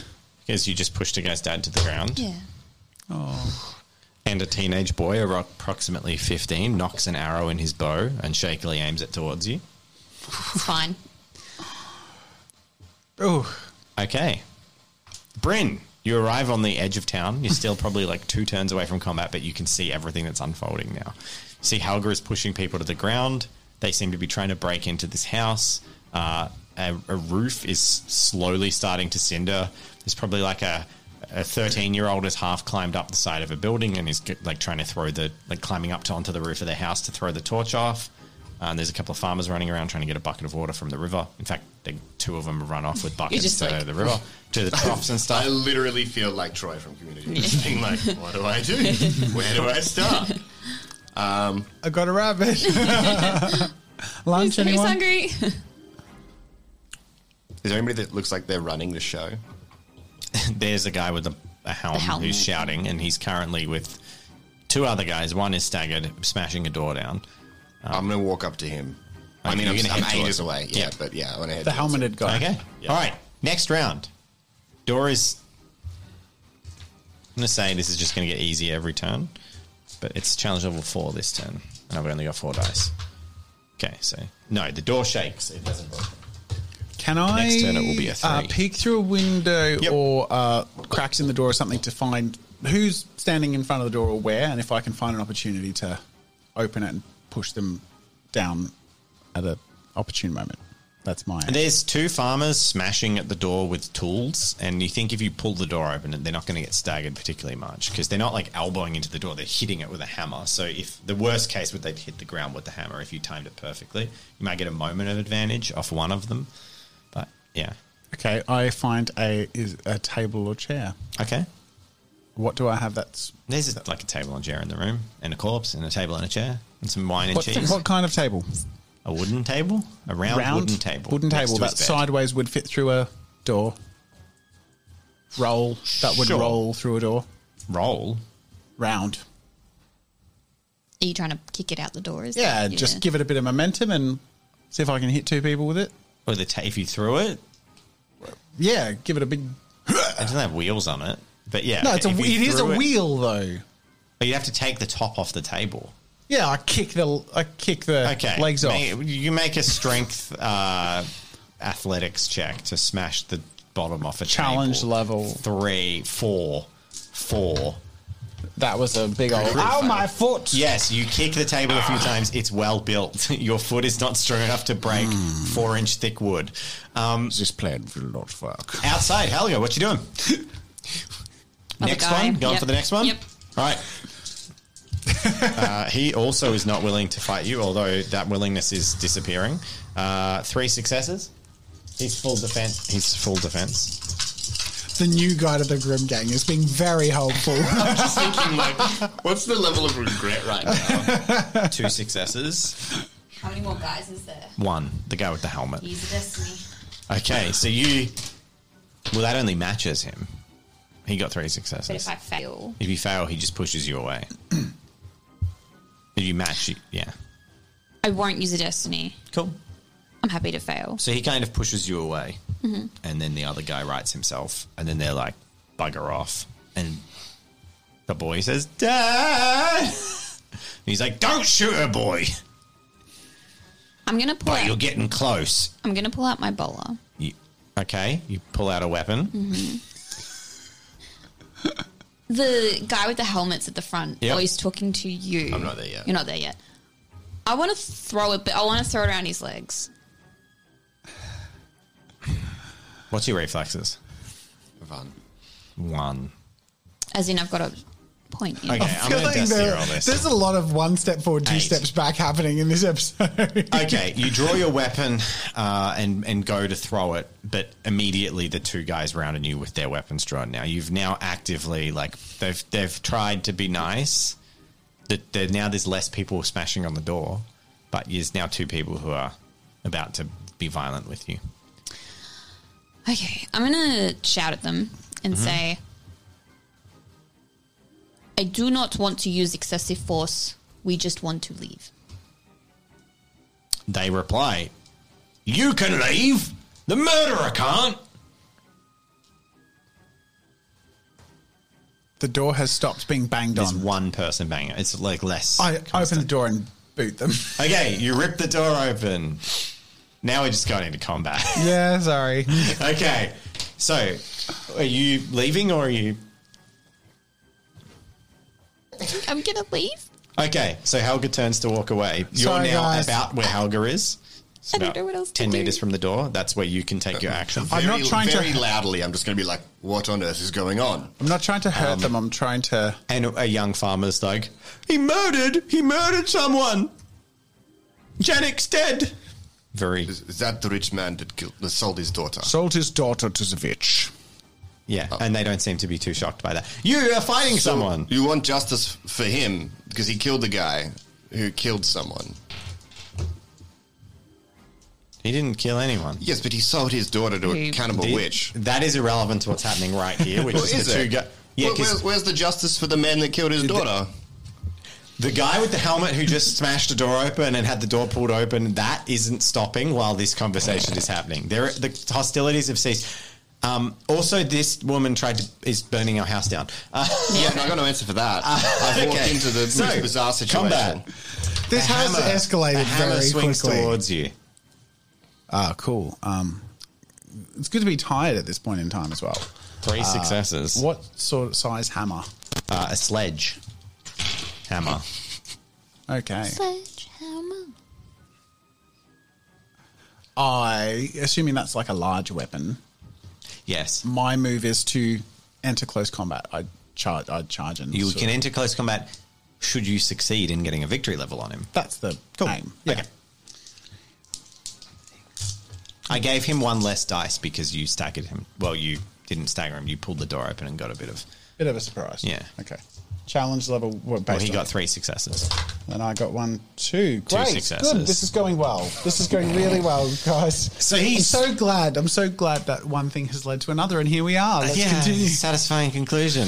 [SPEAKER 3] because you just pushed a guy's dad to the ground,
[SPEAKER 2] Yeah.
[SPEAKER 3] and a teenage boy, ar- approximately 15, knocks an arrow in his bow and shakily aims it towards you.
[SPEAKER 2] It's fine.
[SPEAKER 6] Oh,
[SPEAKER 3] Okay. Bryn, you arrive on the edge of town. You're still probably like two turns away from combat, but you can see everything that's unfolding now. See, Helga is pushing people to the ground. They seem to be trying to break into this house. Uh, a, a roof is slowly starting to cinder. There's probably like a a 13 year old has half climbed up the side of a building and is like trying to throw the like climbing up to onto the roof of their house to throw the torch off. Uh, and there's a couple of farmers running around trying to get a bucket of water from the river. In fact, they, two of them run off with buckets
[SPEAKER 2] just
[SPEAKER 3] to
[SPEAKER 2] like-
[SPEAKER 3] the river to the troughs and
[SPEAKER 1] I
[SPEAKER 3] stuff.
[SPEAKER 1] literally feel like Troy from Community. Being like, what do I do? Where do I start?
[SPEAKER 6] I got a rabbit.
[SPEAKER 4] Lunch,
[SPEAKER 2] Who's
[SPEAKER 4] anyone?
[SPEAKER 2] hungry?
[SPEAKER 1] Is there anybody that looks like they're running the show?
[SPEAKER 3] Oh. There's a guy with a, a helm
[SPEAKER 2] The helmet.
[SPEAKER 3] who's shouting, and he's currently with two other guys. One is staggered, smashing a door down.
[SPEAKER 1] I'm going to walk up to him. I
[SPEAKER 3] Okay,
[SPEAKER 1] mean, I'm,
[SPEAKER 3] you're gonna
[SPEAKER 1] I'm
[SPEAKER 3] head
[SPEAKER 1] ages
[SPEAKER 3] towards-
[SPEAKER 1] away. Yeah,
[SPEAKER 3] Yeah.
[SPEAKER 1] but yeah, I want to head
[SPEAKER 4] The
[SPEAKER 1] towards him.
[SPEAKER 4] helmeted guy.
[SPEAKER 3] Okay.
[SPEAKER 1] Yeah.
[SPEAKER 3] All right. Next round. Door is. I'm going to say this is just going to get easier every turn, but it's challenge level four this turn, and I've only got four dice. Okay, so. No, the door shakes. It doesn't break.
[SPEAKER 4] Can I
[SPEAKER 3] Next turn it will be a
[SPEAKER 4] Uh,
[SPEAKER 3] three.
[SPEAKER 4] peek through a window
[SPEAKER 3] Yep.
[SPEAKER 4] or uh, cracks in the door or something to find who's standing in front of the door or where, and if I can find an opportunity to open it and push them down at an opportune moment. That's my.
[SPEAKER 3] There's two farmers smashing at the door with tools, and you think if you pull the door open, they're not going to get staggered particularly much because they're not like elbowing into the door; they're hitting it with a hammer. So, if the worst case would they'd hit the ground with the hammer if you timed it perfectly, you might get a moment of advantage off one of them. But yeah,
[SPEAKER 4] Okay, I find a is a table or chair.
[SPEAKER 3] okay.
[SPEAKER 4] What do I have? That's
[SPEAKER 3] There's like a table and chair in the room, and a corpse, and a table and a chair, and some wine and
[SPEAKER 4] what,
[SPEAKER 3] cheese.
[SPEAKER 4] what kind of table?
[SPEAKER 3] A wooden table, a round, wooden table,
[SPEAKER 4] Wooden
[SPEAKER 3] next
[SPEAKER 4] table
[SPEAKER 3] to his
[SPEAKER 4] that
[SPEAKER 3] bed.
[SPEAKER 4] sideways would fit through a door. Roll that would
[SPEAKER 3] Sure.
[SPEAKER 4] roll through a door.
[SPEAKER 3] roll.
[SPEAKER 4] Round.
[SPEAKER 2] Are you trying to kick it out the door? Is
[SPEAKER 4] Yeah, just give it a bit of momentum and see if I can hit two people with it.
[SPEAKER 3] Or the ta- if you threw it,
[SPEAKER 4] Yeah, give it a big.
[SPEAKER 3] it doesn't have wheels on it. But yeah,
[SPEAKER 4] No, it's a,
[SPEAKER 3] if you
[SPEAKER 4] it is a
[SPEAKER 3] threw it-
[SPEAKER 4] wheel though.
[SPEAKER 3] But you have to take the top off the table.
[SPEAKER 4] Yeah, I kick the I kick the
[SPEAKER 3] Okay.
[SPEAKER 4] legs off.
[SPEAKER 3] Ma- you make a strength uh, athletics check to smash the bottom off a
[SPEAKER 4] Challenge
[SPEAKER 3] table.
[SPEAKER 4] level.
[SPEAKER 3] Three, four, four.
[SPEAKER 4] That was a big old.
[SPEAKER 3] Crit
[SPEAKER 4] Ow,
[SPEAKER 3] fail.
[SPEAKER 4] my foot!
[SPEAKER 3] Yes, you kick the table a few times. It's well built. Your foot is not strong enough to break
[SPEAKER 4] Hmm.
[SPEAKER 3] four inch thick wood. Um,
[SPEAKER 4] this plan will not work.
[SPEAKER 3] outside, Helga, what you doing?
[SPEAKER 2] Other
[SPEAKER 3] next
[SPEAKER 2] guy.
[SPEAKER 3] one. Going
[SPEAKER 2] Yep.
[SPEAKER 3] for the next one.
[SPEAKER 2] Yep.
[SPEAKER 3] All right. uh, he also is not willing to fight you, although that willingness is disappearing. Uh, three successes. He's full defense. He's full defense.
[SPEAKER 6] the new guy to the Grim Gang is being very helpful.
[SPEAKER 1] Just thinking, like, what's the level of regret right now?
[SPEAKER 3] Two successes.
[SPEAKER 2] How many more guys is there?
[SPEAKER 3] One. The guy with the helmet.
[SPEAKER 2] Use a destiny.
[SPEAKER 3] Okay, so you. Well, that only matches him. He got three successes.
[SPEAKER 2] But if I fail,
[SPEAKER 3] If you fail, he just pushes you away. if you match, you, yeah.
[SPEAKER 2] I won't use a destiny.
[SPEAKER 3] Cool.
[SPEAKER 2] I'm happy to fail.
[SPEAKER 3] So he kind of pushes you away, and then the other guy writes himself, and then they're like, "Bugger off!" And the boy says, "Dad." And he's like, "Don't shoot her, boy.
[SPEAKER 2] I'm gonna pull.
[SPEAKER 3] But you're
[SPEAKER 2] Out,
[SPEAKER 3] getting close."
[SPEAKER 2] I'm gonna pull out my bowler.
[SPEAKER 3] You, okay, you pull out a weapon.
[SPEAKER 2] The guy with the helmet's at the front.
[SPEAKER 3] Yep.
[SPEAKER 2] Oh, he's talking to you.
[SPEAKER 1] I'm not there yet.
[SPEAKER 2] You're not there yet. I want to throw it, but I want to throw it around his legs.
[SPEAKER 3] What's your reflexes?
[SPEAKER 1] Fun.
[SPEAKER 3] One.
[SPEAKER 2] As in, I've got a point. in.
[SPEAKER 3] Okay, I'm
[SPEAKER 6] Feeling
[SPEAKER 3] going to destiny
[SPEAKER 6] there-
[SPEAKER 3] roll this.
[SPEAKER 6] There's a lot of one step forward, two
[SPEAKER 3] Eight.
[SPEAKER 6] steps back happening in this episode.
[SPEAKER 3] okay, you draw your weapon uh, and and go to throw it, but immediately the two guys rounding you with their weapons drawn. Now you've now actively like they've they've tried to be nice. That there now there's less people smashing on the door, but there's now two people who are about to be violent with you.
[SPEAKER 2] Okay, I'm gonna shout at them and
[SPEAKER 1] Mm-hmm.
[SPEAKER 2] say, "I do not want to use excessive force. We just want to leave."
[SPEAKER 3] They reply, "You can leave. The murderer can't."
[SPEAKER 4] The door has stopped being banged
[SPEAKER 3] There's
[SPEAKER 4] on.
[SPEAKER 3] one person banging. it. It's like less.
[SPEAKER 4] I open the door and boot them.
[SPEAKER 3] Okay, you rip the door open. Now we're just going into combat.
[SPEAKER 6] Yeah, sorry.
[SPEAKER 3] okay. So, are you leaving or are you.
[SPEAKER 2] I'm going to leave.
[SPEAKER 3] Okay. So, Helga turns to walk away. You're
[SPEAKER 6] Sorry,
[SPEAKER 3] now
[SPEAKER 6] guys.
[SPEAKER 3] about where Helga is. It's
[SPEAKER 2] I don't
[SPEAKER 3] about
[SPEAKER 2] know what else to
[SPEAKER 3] 10
[SPEAKER 2] do.
[SPEAKER 3] meters from the door. That's where you can take your action.
[SPEAKER 1] Very,
[SPEAKER 6] not trying to-
[SPEAKER 1] very loudly. I'm just going to be like, "What on earth is going on?"
[SPEAKER 6] I'm not trying to hurt them. I'm trying to.
[SPEAKER 3] And a young farmer's like, he murdered, he murdered someone. Janek's dead. Very,
[SPEAKER 1] Is, is that the rich man that killed, that sold his daughter?
[SPEAKER 4] Sold his daughter to the witch.
[SPEAKER 3] yeah. And they don't seem to be too shocked by that. You are fighting
[SPEAKER 1] So
[SPEAKER 3] someone.
[SPEAKER 1] You want justice for him because he killed the guy who killed someone.
[SPEAKER 3] He didn't kill anyone.
[SPEAKER 1] Yes, but he sold his daughter to a
[SPEAKER 5] He
[SPEAKER 1] cannibal
[SPEAKER 3] The-
[SPEAKER 1] witch.
[SPEAKER 3] That is irrelevant to what's happening right here, which
[SPEAKER 1] Well,
[SPEAKER 3] is,
[SPEAKER 1] is
[SPEAKER 3] the two
[SPEAKER 1] it?
[SPEAKER 3] guys. Yeah,
[SPEAKER 1] Well,
[SPEAKER 3] 'cause
[SPEAKER 1] where's, where's the justice for the man that killed his daughter?
[SPEAKER 3] the guy with the helmet who just smashed the door open and had the door pulled open, that isn't stopping while this conversation is happening. There, the hostilities have ceased. Um, also, this woman tried to is burning our house down. Uh,
[SPEAKER 1] yeah, no, I got no answer for that. I've walked
[SPEAKER 3] Ah, okay.
[SPEAKER 1] into the
[SPEAKER 3] So,
[SPEAKER 1] most bizarre situation.
[SPEAKER 3] combat.
[SPEAKER 6] This
[SPEAKER 3] a
[SPEAKER 6] has
[SPEAKER 3] hammer- a
[SPEAKER 6] escalated
[SPEAKER 3] hammer
[SPEAKER 6] very
[SPEAKER 3] swings
[SPEAKER 6] quickly.
[SPEAKER 3] towards you.
[SPEAKER 4] Ah, cool. Um, it's good to be tired at this point in time as well.
[SPEAKER 3] Three successes.
[SPEAKER 4] What sort of size hammer?
[SPEAKER 3] Uh, a sledge hammer.
[SPEAKER 4] Okay.
[SPEAKER 2] Sledgehammer.
[SPEAKER 4] I, assuming that's like a large weapon,
[SPEAKER 3] Yes.
[SPEAKER 4] my move is to enter close combat. I charge. I charge and
[SPEAKER 3] You
[SPEAKER 4] sort
[SPEAKER 3] can
[SPEAKER 4] of-
[SPEAKER 3] enter close combat should you succeed in getting a victory level on him.
[SPEAKER 4] That's the
[SPEAKER 3] Cool.
[SPEAKER 4] aim.
[SPEAKER 3] Okay. I gave him one less dice because you staggered him. Well, you didn't stagger him. You pulled the door open and got a bit of.
[SPEAKER 4] Bit of a surprise.
[SPEAKER 3] Yeah.
[SPEAKER 4] Okay. Challenge level. Well,
[SPEAKER 3] Well, he got three successes.
[SPEAKER 4] And I got one, two. Great.
[SPEAKER 3] successes.
[SPEAKER 4] Good. This is going well. This is going really well, guys.
[SPEAKER 3] So
[SPEAKER 4] I'm
[SPEAKER 3] he's-
[SPEAKER 4] so glad. I'm so glad that one thing has led to another, and here we are. Let's continue.
[SPEAKER 3] satisfying conclusion.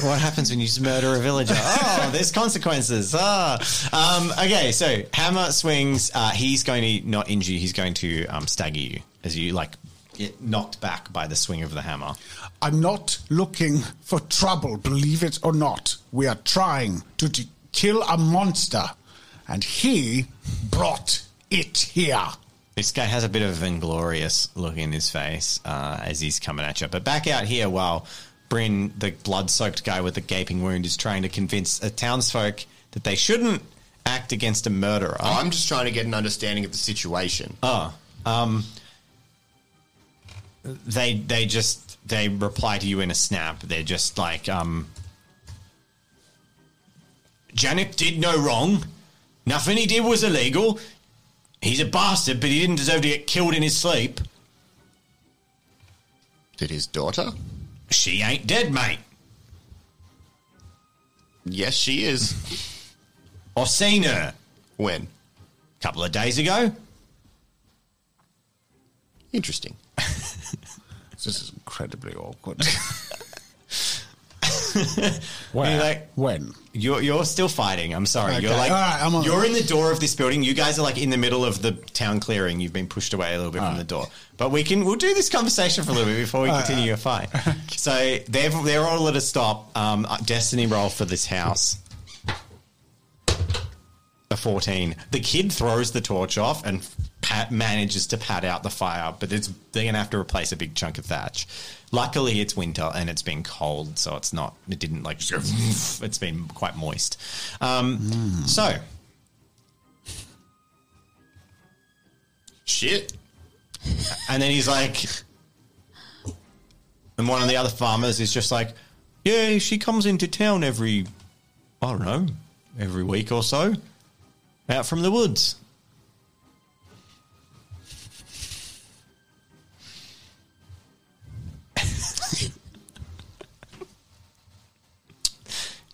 [SPEAKER 3] what happens when you just murder a villager? Oh, there's consequences. Ah, um, okay. So hammer swings. Uh, he's going to not injure. you, He's going to um, stagger you as you like get knocked back by the swing of the hammer.
[SPEAKER 4] I'm not looking for trouble, believe it or not. We are trying to de- kill a monster, and he brought it here.
[SPEAKER 3] This guy has a bit of inglorious look in his face uh, as he's coming at you. But back out here, while Bryn, the blood-soaked guy with the gaping wound, is trying to convince a townsfolk that they shouldn't act against a murderer.
[SPEAKER 1] I'm just trying to get an understanding of the situation.
[SPEAKER 3] Oh. they they just they reply to you in a snap. They're just like, um, Janik did no wrong. Nothing he did was illegal. He's a bastard, but he didn't deserve to get killed in his sleep.
[SPEAKER 1] Did his daughter?
[SPEAKER 3] She ain't dead, mate.
[SPEAKER 1] Yes, she is.
[SPEAKER 3] I seen her
[SPEAKER 1] when?
[SPEAKER 3] a couple of days ago.
[SPEAKER 1] Interesting.
[SPEAKER 4] This is incredibly awkward.
[SPEAKER 3] And you're like,
[SPEAKER 4] when?
[SPEAKER 3] you're, you're still fighting. I'm sorry. You're
[SPEAKER 4] Okay.
[SPEAKER 3] like,
[SPEAKER 4] All right, I'm on-
[SPEAKER 3] you're in the door of this building. You guys are like in the middle of the town clearing. You've been pushed away a little bit from the door. But we can, we'll do this conversation for a little bit before we continue your fight. So they're, they're all at a stop. Um, uh, destiny roll for this house. A 14. The kid throws the torch off and pat, manages to pat out the fire, but it's, they're going to have to replace a big chunk of thatch. Luckily, it's winter and it's been cold, so it's not, it didn't like, it's been quite moist. Um, So,
[SPEAKER 1] Shit.
[SPEAKER 3] and then he's like, and one of the other farmers is just like, yeah, she comes into town every, I don't know, every week or so, out from the woods.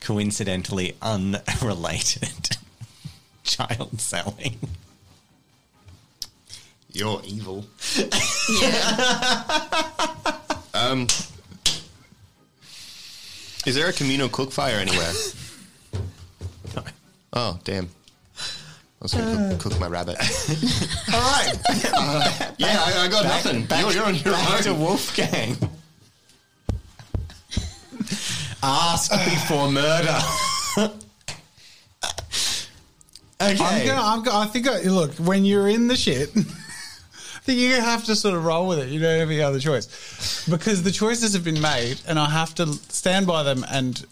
[SPEAKER 3] Coincidentally unrelated child selling.
[SPEAKER 1] You're evil.
[SPEAKER 5] Yeah.
[SPEAKER 1] Um, Is there a communal cook fire anywhere? Oh, damn. I was going to cook, cook my rabbit.
[SPEAKER 3] All right.
[SPEAKER 1] yeah, I, I got nothing.
[SPEAKER 3] Back,
[SPEAKER 1] you're, you're on your
[SPEAKER 3] back
[SPEAKER 1] own.
[SPEAKER 3] to Wolfgang. Ask before murder. okay.
[SPEAKER 6] I'm gonna, I'm gonna, I think, I, look, when you're in the shit,
[SPEAKER 4] that you have to sort of roll with it. You don't have any other choice because the choices have been made, and I have to stand by them and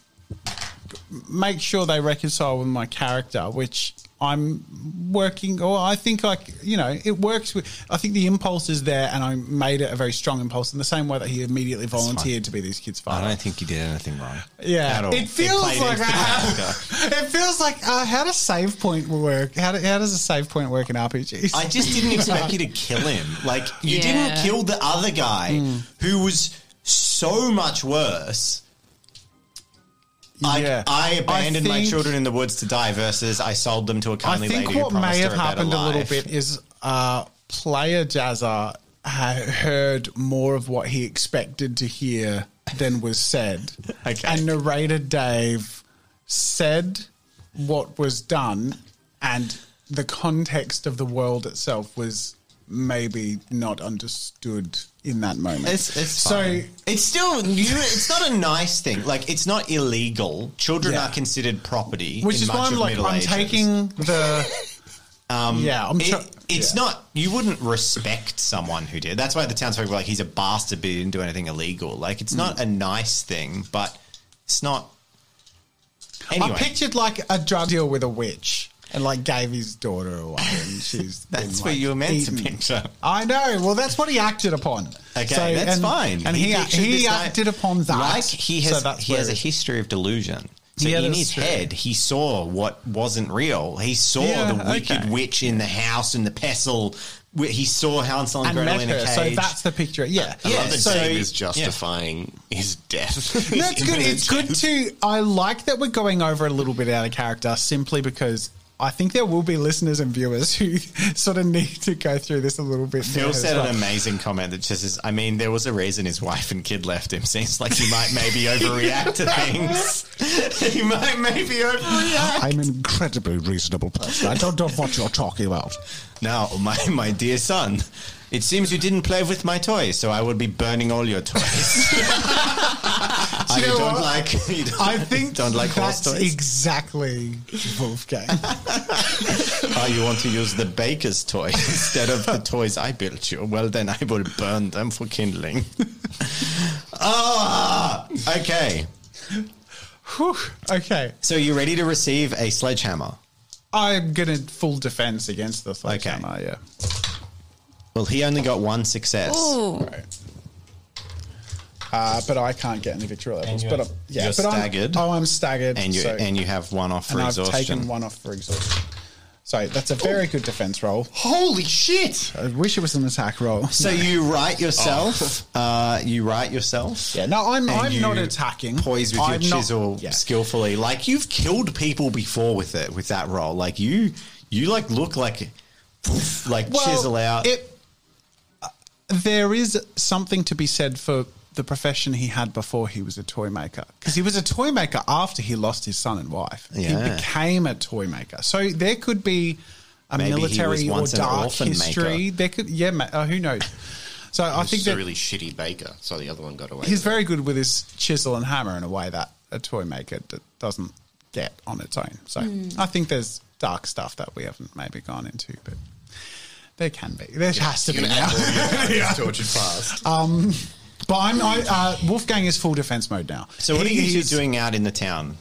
[SPEAKER 4] make sure they reconcile with my character, which I'm working. Or I think I, c- you know, it works with. I think the impulse is there, and I made it a very strong impulse in the same way that he immediately volunteered to be these kids' father.
[SPEAKER 3] I don't think you did anything wrong.
[SPEAKER 4] Yeah,
[SPEAKER 3] At all.
[SPEAKER 4] it feels
[SPEAKER 3] played
[SPEAKER 4] like
[SPEAKER 3] into
[SPEAKER 4] I
[SPEAKER 3] the
[SPEAKER 4] have, it feels like uh, how does save point work? How, do, how does a save point work in RPGs?
[SPEAKER 3] I just didn't expect you to kill him. Like you
[SPEAKER 8] Yeah.
[SPEAKER 3] didn't kill the other guy
[SPEAKER 4] Hmm.
[SPEAKER 3] who was so much worse. I,
[SPEAKER 4] Yeah.
[SPEAKER 3] I abandoned my
[SPEAKER 4] think-
[SPEAKER 3] children in the woods to die versus I sold them to a
[SPEAKER 4] I
[SPEAKER 3] kindly lady.
[SPEAKER 4] think
[SPEAKER 3] who
[SPEAKER 4] what
[SPEAKER 3] promised
[SPEAKER 4] may have
[SPEAKER 3] her a better
[SPEAKER 4] happened a little
[SPEAKER 3] life.
[SPEAKER 4] bit is uh, player Jazza had heard more of what he expected to hear than was said,
[SPEAKER 3] Okay.
[SPEAKER 4] and narrator Dave said what was done, and the context of the world itself was maybe not understood in that moment.
[SPEAKER 3] It's, it's
[SPEAKER 4] so.
[SPEAKER 3] fine. it's still you, it's not a nice thing. Like it's not illegal. Children
[SPEAKER 4] Yeah.
[SPEAKER 3] are considered property,
[SPEAKER 4] which
[SPEAKER 3] in
[SPEAKER 4] is
[SPEAKER 3] much
[SPEAKER 4] why I'm
[SPEAKER 3] of
[SPEAKER 4] like
[SPEAKER 3] Middle
[SPEAKER 4] I'm
[SPEAKER 3] Ages.
[SPEAKER 4] taking the um yeah I'm tr-
[SPEAKER 3] It, it's
[SPEAKER 4] yeah.
[SPEAKER 3] not. You wouldn't respect someone who did. That's why the townsfolk were like, "He's a bastard, but he didn't do anything illegal." Like,
[SPEAKER 4] Hmm.
[SPEAKER 3] it's not a nice thing, but it's not. Anyway,
[SPEAKER 4] I pictured like a drug deal with a witch and like gave his daughter away and she's been,
[SPEAKER 3] that's
[SPEAKER 4] like,
[SPEAKER 3] what you were meant
[SPEAKER 4] eaten.
[SPEAKER 3] to picture.
[SPEAKER 4] I know. Well, that's what he acted upon.
[SPEAKER 3] Okay,
[SPEAKER 4] So-
[SPEAKER 3] that's
[SPEAKER 4] and-
[SPEAKER 3] fine.
[SPEAKER 4] And he he,
[SPEAKER 3] pictured this guy-
[SPEAKER 4] acted upon that.
[SPEAKER 3] Like he
[SPEAKER 4] So
[SPEAKER 3] has,
[SPEAKER 4] that's
[SPEAKER 3] he has a
[SPEAKER 4] where-
[SPEAKER 3] history of delusion. So
[SPEAKER 4] Yeah,
[SPEAKER 3] in
[SPEAKER 4] that's
[SPEAKER 3] his
[SPEAKER 4] true.
[SPEAKER 3] head, he saw what wasn't real. He saw
[SPEAKER 4] Yeah,
[SPEAKER 3] the wicked
[SPEAKER 4] okay.
[SPEAKER 3] witch in the house in the pestle. Wh- He saw Hansel and,
[SPEAKER 4] and
[SPEAKER 3] Gretel
[SPEAKER 4] met
[SPEAKER 3] in a
[SPEAKER 4] her.
[SPEAKER 3] cage.
[SPEAKER 4] So that's the picture. Yeah.
[SPEAKER 1] I
[SPEAKER 3] Yeah,
[SPEAKER 1] love that
[SPEAKER 3] so-
[SPEAKER 1] Dave is
[SPEAKER 3] yeah.
[SPEAKER 1] justifying his death.
[SPEAKER 4] That's good. It's good to. I like that we're going over a little bit out of character simply because I think there will be listeners and viewers who sort of need to go through this a little bit. more
[SPEAKER 3] Phil
[SPEAKER 4] as
[SPEAKER 3] said
[SPEAKER 4] well.
[SPEAKER 3] an amazing comment that just is, I mean, there was a reason his wife and kid left him. Seems like he might maybe overreact to things. he might maybe overreact.
[SPEAKER 9] I'm an incredibly reasonable person. I don't know what you're talking about.
[SPEAKER 3] Now, my, my dear son, it seems you didn't play with my toys, so I will be burning all your toys. I
[SPEAKER 4] you know
[SPEAKER 3] don't
[SPEAKER 4] what?
[SPEAKER 3] like. You don't,
[SPEAKER 4] I think
[SPEAKER 3] don't like horse
[SPEAKER 4] that's
[SPEAKER 3] toys.
[SPEAKER 4] exactly Wolfgang.
[SPEAKER 3] oh, you want to use the baker's toy instead of the toys I built you? Well, then I will burn them for kindling. ah, okay.
[SPEAKER 4] Whew. okay,
[SPEAKER 3] So you're ready to receive a sledgehammer.
[SPEAKER 4] I'm gonna full defense against this.
[SPEAKER 3] Okay.
[SPEAKER 4] sledgehammer, yeah.
[SPEAKER 3] Well, he only got one success.
[SPEAKER 2] Ooh.
[SPEAKER 4] Uh, but I can't get any victory levels.
[SPEAKER 3] you
[SPEAKER 4] But
[SPEAKER 3] have-
[SPEAKER 4] I'm, yeah,
[SPEAKER 3] you're
[SPEAKER 4] but I'm-
[SPEAKER 3] staggered.
[SPEAKER 4] oh, I'm staggered,
[SPEAKER 3] And you
[SPEAKER 4] so-
[SPEAKER 3] and you have one off for
[SPEAKER 4] and I've
[SPEAKER 3] exhaustion.
[SPEAKER 4] taken one off for exhaustion. So that's a very good defense roll.
[SPEAKER 3] Holy shit!
[SPEAKER 4] I wish it was an attack roll.
[SPEAKER 3] So you write yourself. Uh, you write yourself.
[SPEAKER 4] Oh. Yeah, no, I'm
[SPEAKER 3] and
[SPEAKER 4] I'm
[SPEAKER 3] you
[SPEAKER 4] not attacking.
[SPEAKER 3] Poise with
[SPEAKER 4] I'm
[SPEAKER 3] your
[SPEAKER 4] not-
[SPEAKER 3] chisel
[SPEAKER 4] yeah.
[SPEAKER 3] skillfully, like you've killed people before with it with that roll. Like you, you like look like like
[SPEAKER 4] Well,
[SPEAKER 3] chisel out.
[SPEAKER 4] It, uh, there is something to be said for the profession he had before he was a toy maker because he was a toy maker after he lost his son and wife. He
[SPEAKER 3] Yeah.
[SPEAKER 4] became a toy maker, so there could be a
[SPEAKER 3] Maybe he was
[SPEAKER 4] military or
[SPEAKER 3] once an
[SPEAKER 4] dark
[SPEAKER 3] orphan
[SPEAKER 4] history.
[SPEAKER 3] maker.
[SPEAKER 4] There could, yeah, ma- uh, who knows? So I
[SPEAKER 1] I think
[SPEAKER 4] think
[SPEAKER 1] he's a
[SPEAKER 4] that
[SPEAKER 1] really shitty baker, so the other one got away.
[SPEAKER 4] he's
[SPEAKER 1] with it.
[SPEAKER 4] very good with his chisel and hammer in a way that a toy maker d- doesn't get on its own. So I think there's dark stuff that we haven't maybe gone into, but there can be. There has to be
[SPEAKER 1] You're gonna
[SPEAKER 4] now.
[SPEAKER 1] add all your characters tortured past.
[SPEAKER 4] But I'm, I, uh, Wolfgang is full defense mode now.
[SPEAKER 3] so what are
[SPEAKER 4] He
[SPEAKER 3] you two
[SPEAKER 4] is-
[SPEAKER 3] doing out in the town?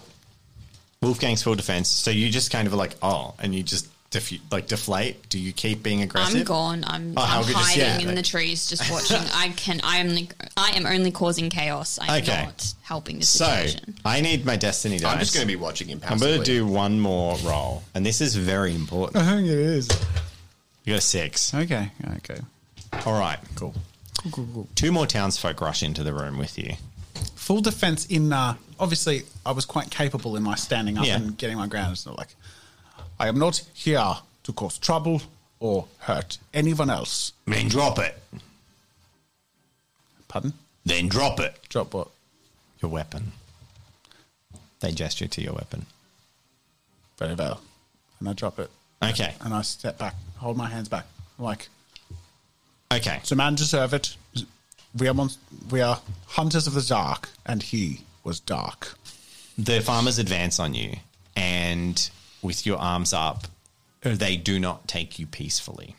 [SPEAKER 3] Wolfgang's full defense. So you just kind of like oh, and you just defu- like deflate. Do you keep being aggressive?
[SPEAKER 2] I'm gone. I'm,
[SPEAKER 3] Oh, how
[SPEAKER 2] I'm
[SPEAKER 3] good to see
[SPEAKER 2] hiding
[SPEAKER 3] you.
[SPEAKER 2] in the trees, just watching. I can. I am. Only, I am only causing chaos. I am
[SPEAKER 3] Okay.
[SPEAKER 2] not helping the
[SPEAKER 3] So
[SPEAKER 2] situation.
[SPEAKER 3] I need my destiny dice.
[SPEAKER 1] I'm just going to be watching him.
[SPEAKER 3] I'm
[SPEAKER 1] Passively.
[SPEAKER 3] going to do one more roll, and this is very important.
[SPEAKER 4] I think it is.
[SPEAKER 3] You got a six.
[SPEAKER 4] Okay, okay.
[SPEAKER 3] All right, cool. Two more townsfolk rush into the room with you.
[SPEAKER 4] Full defense in, uh, obviously, I was quite capable in my standing up
[SPEAKER 3] Yeah.
[SPEAKER 4] and getting my ground. It's not like, I am not here to cause trouble or hurt anyone else.
[SPEAKER 3] Then drop it.
[SPEAKER 4] Pardon?
[SPEAKER 3] Then drop it.
[SPEAKER 4] Drop what?
[SPEAKER 3] Your weapon. They gesture to your weapon.
[SPEAKER 4] Very well. And I drop it.
[SPEAKER 3] Okay.
[SPEAKER 4] And I step back, hold my hands back. Like,
[SPEAKER 3] Okay.
[SPEAKER 4] it's a man deserve it. We are, mon- we are hunters of the dark, and he was dark.
[SPEAKER 3] the farmers advance on you, and with your arms up, they do not take you peacefully.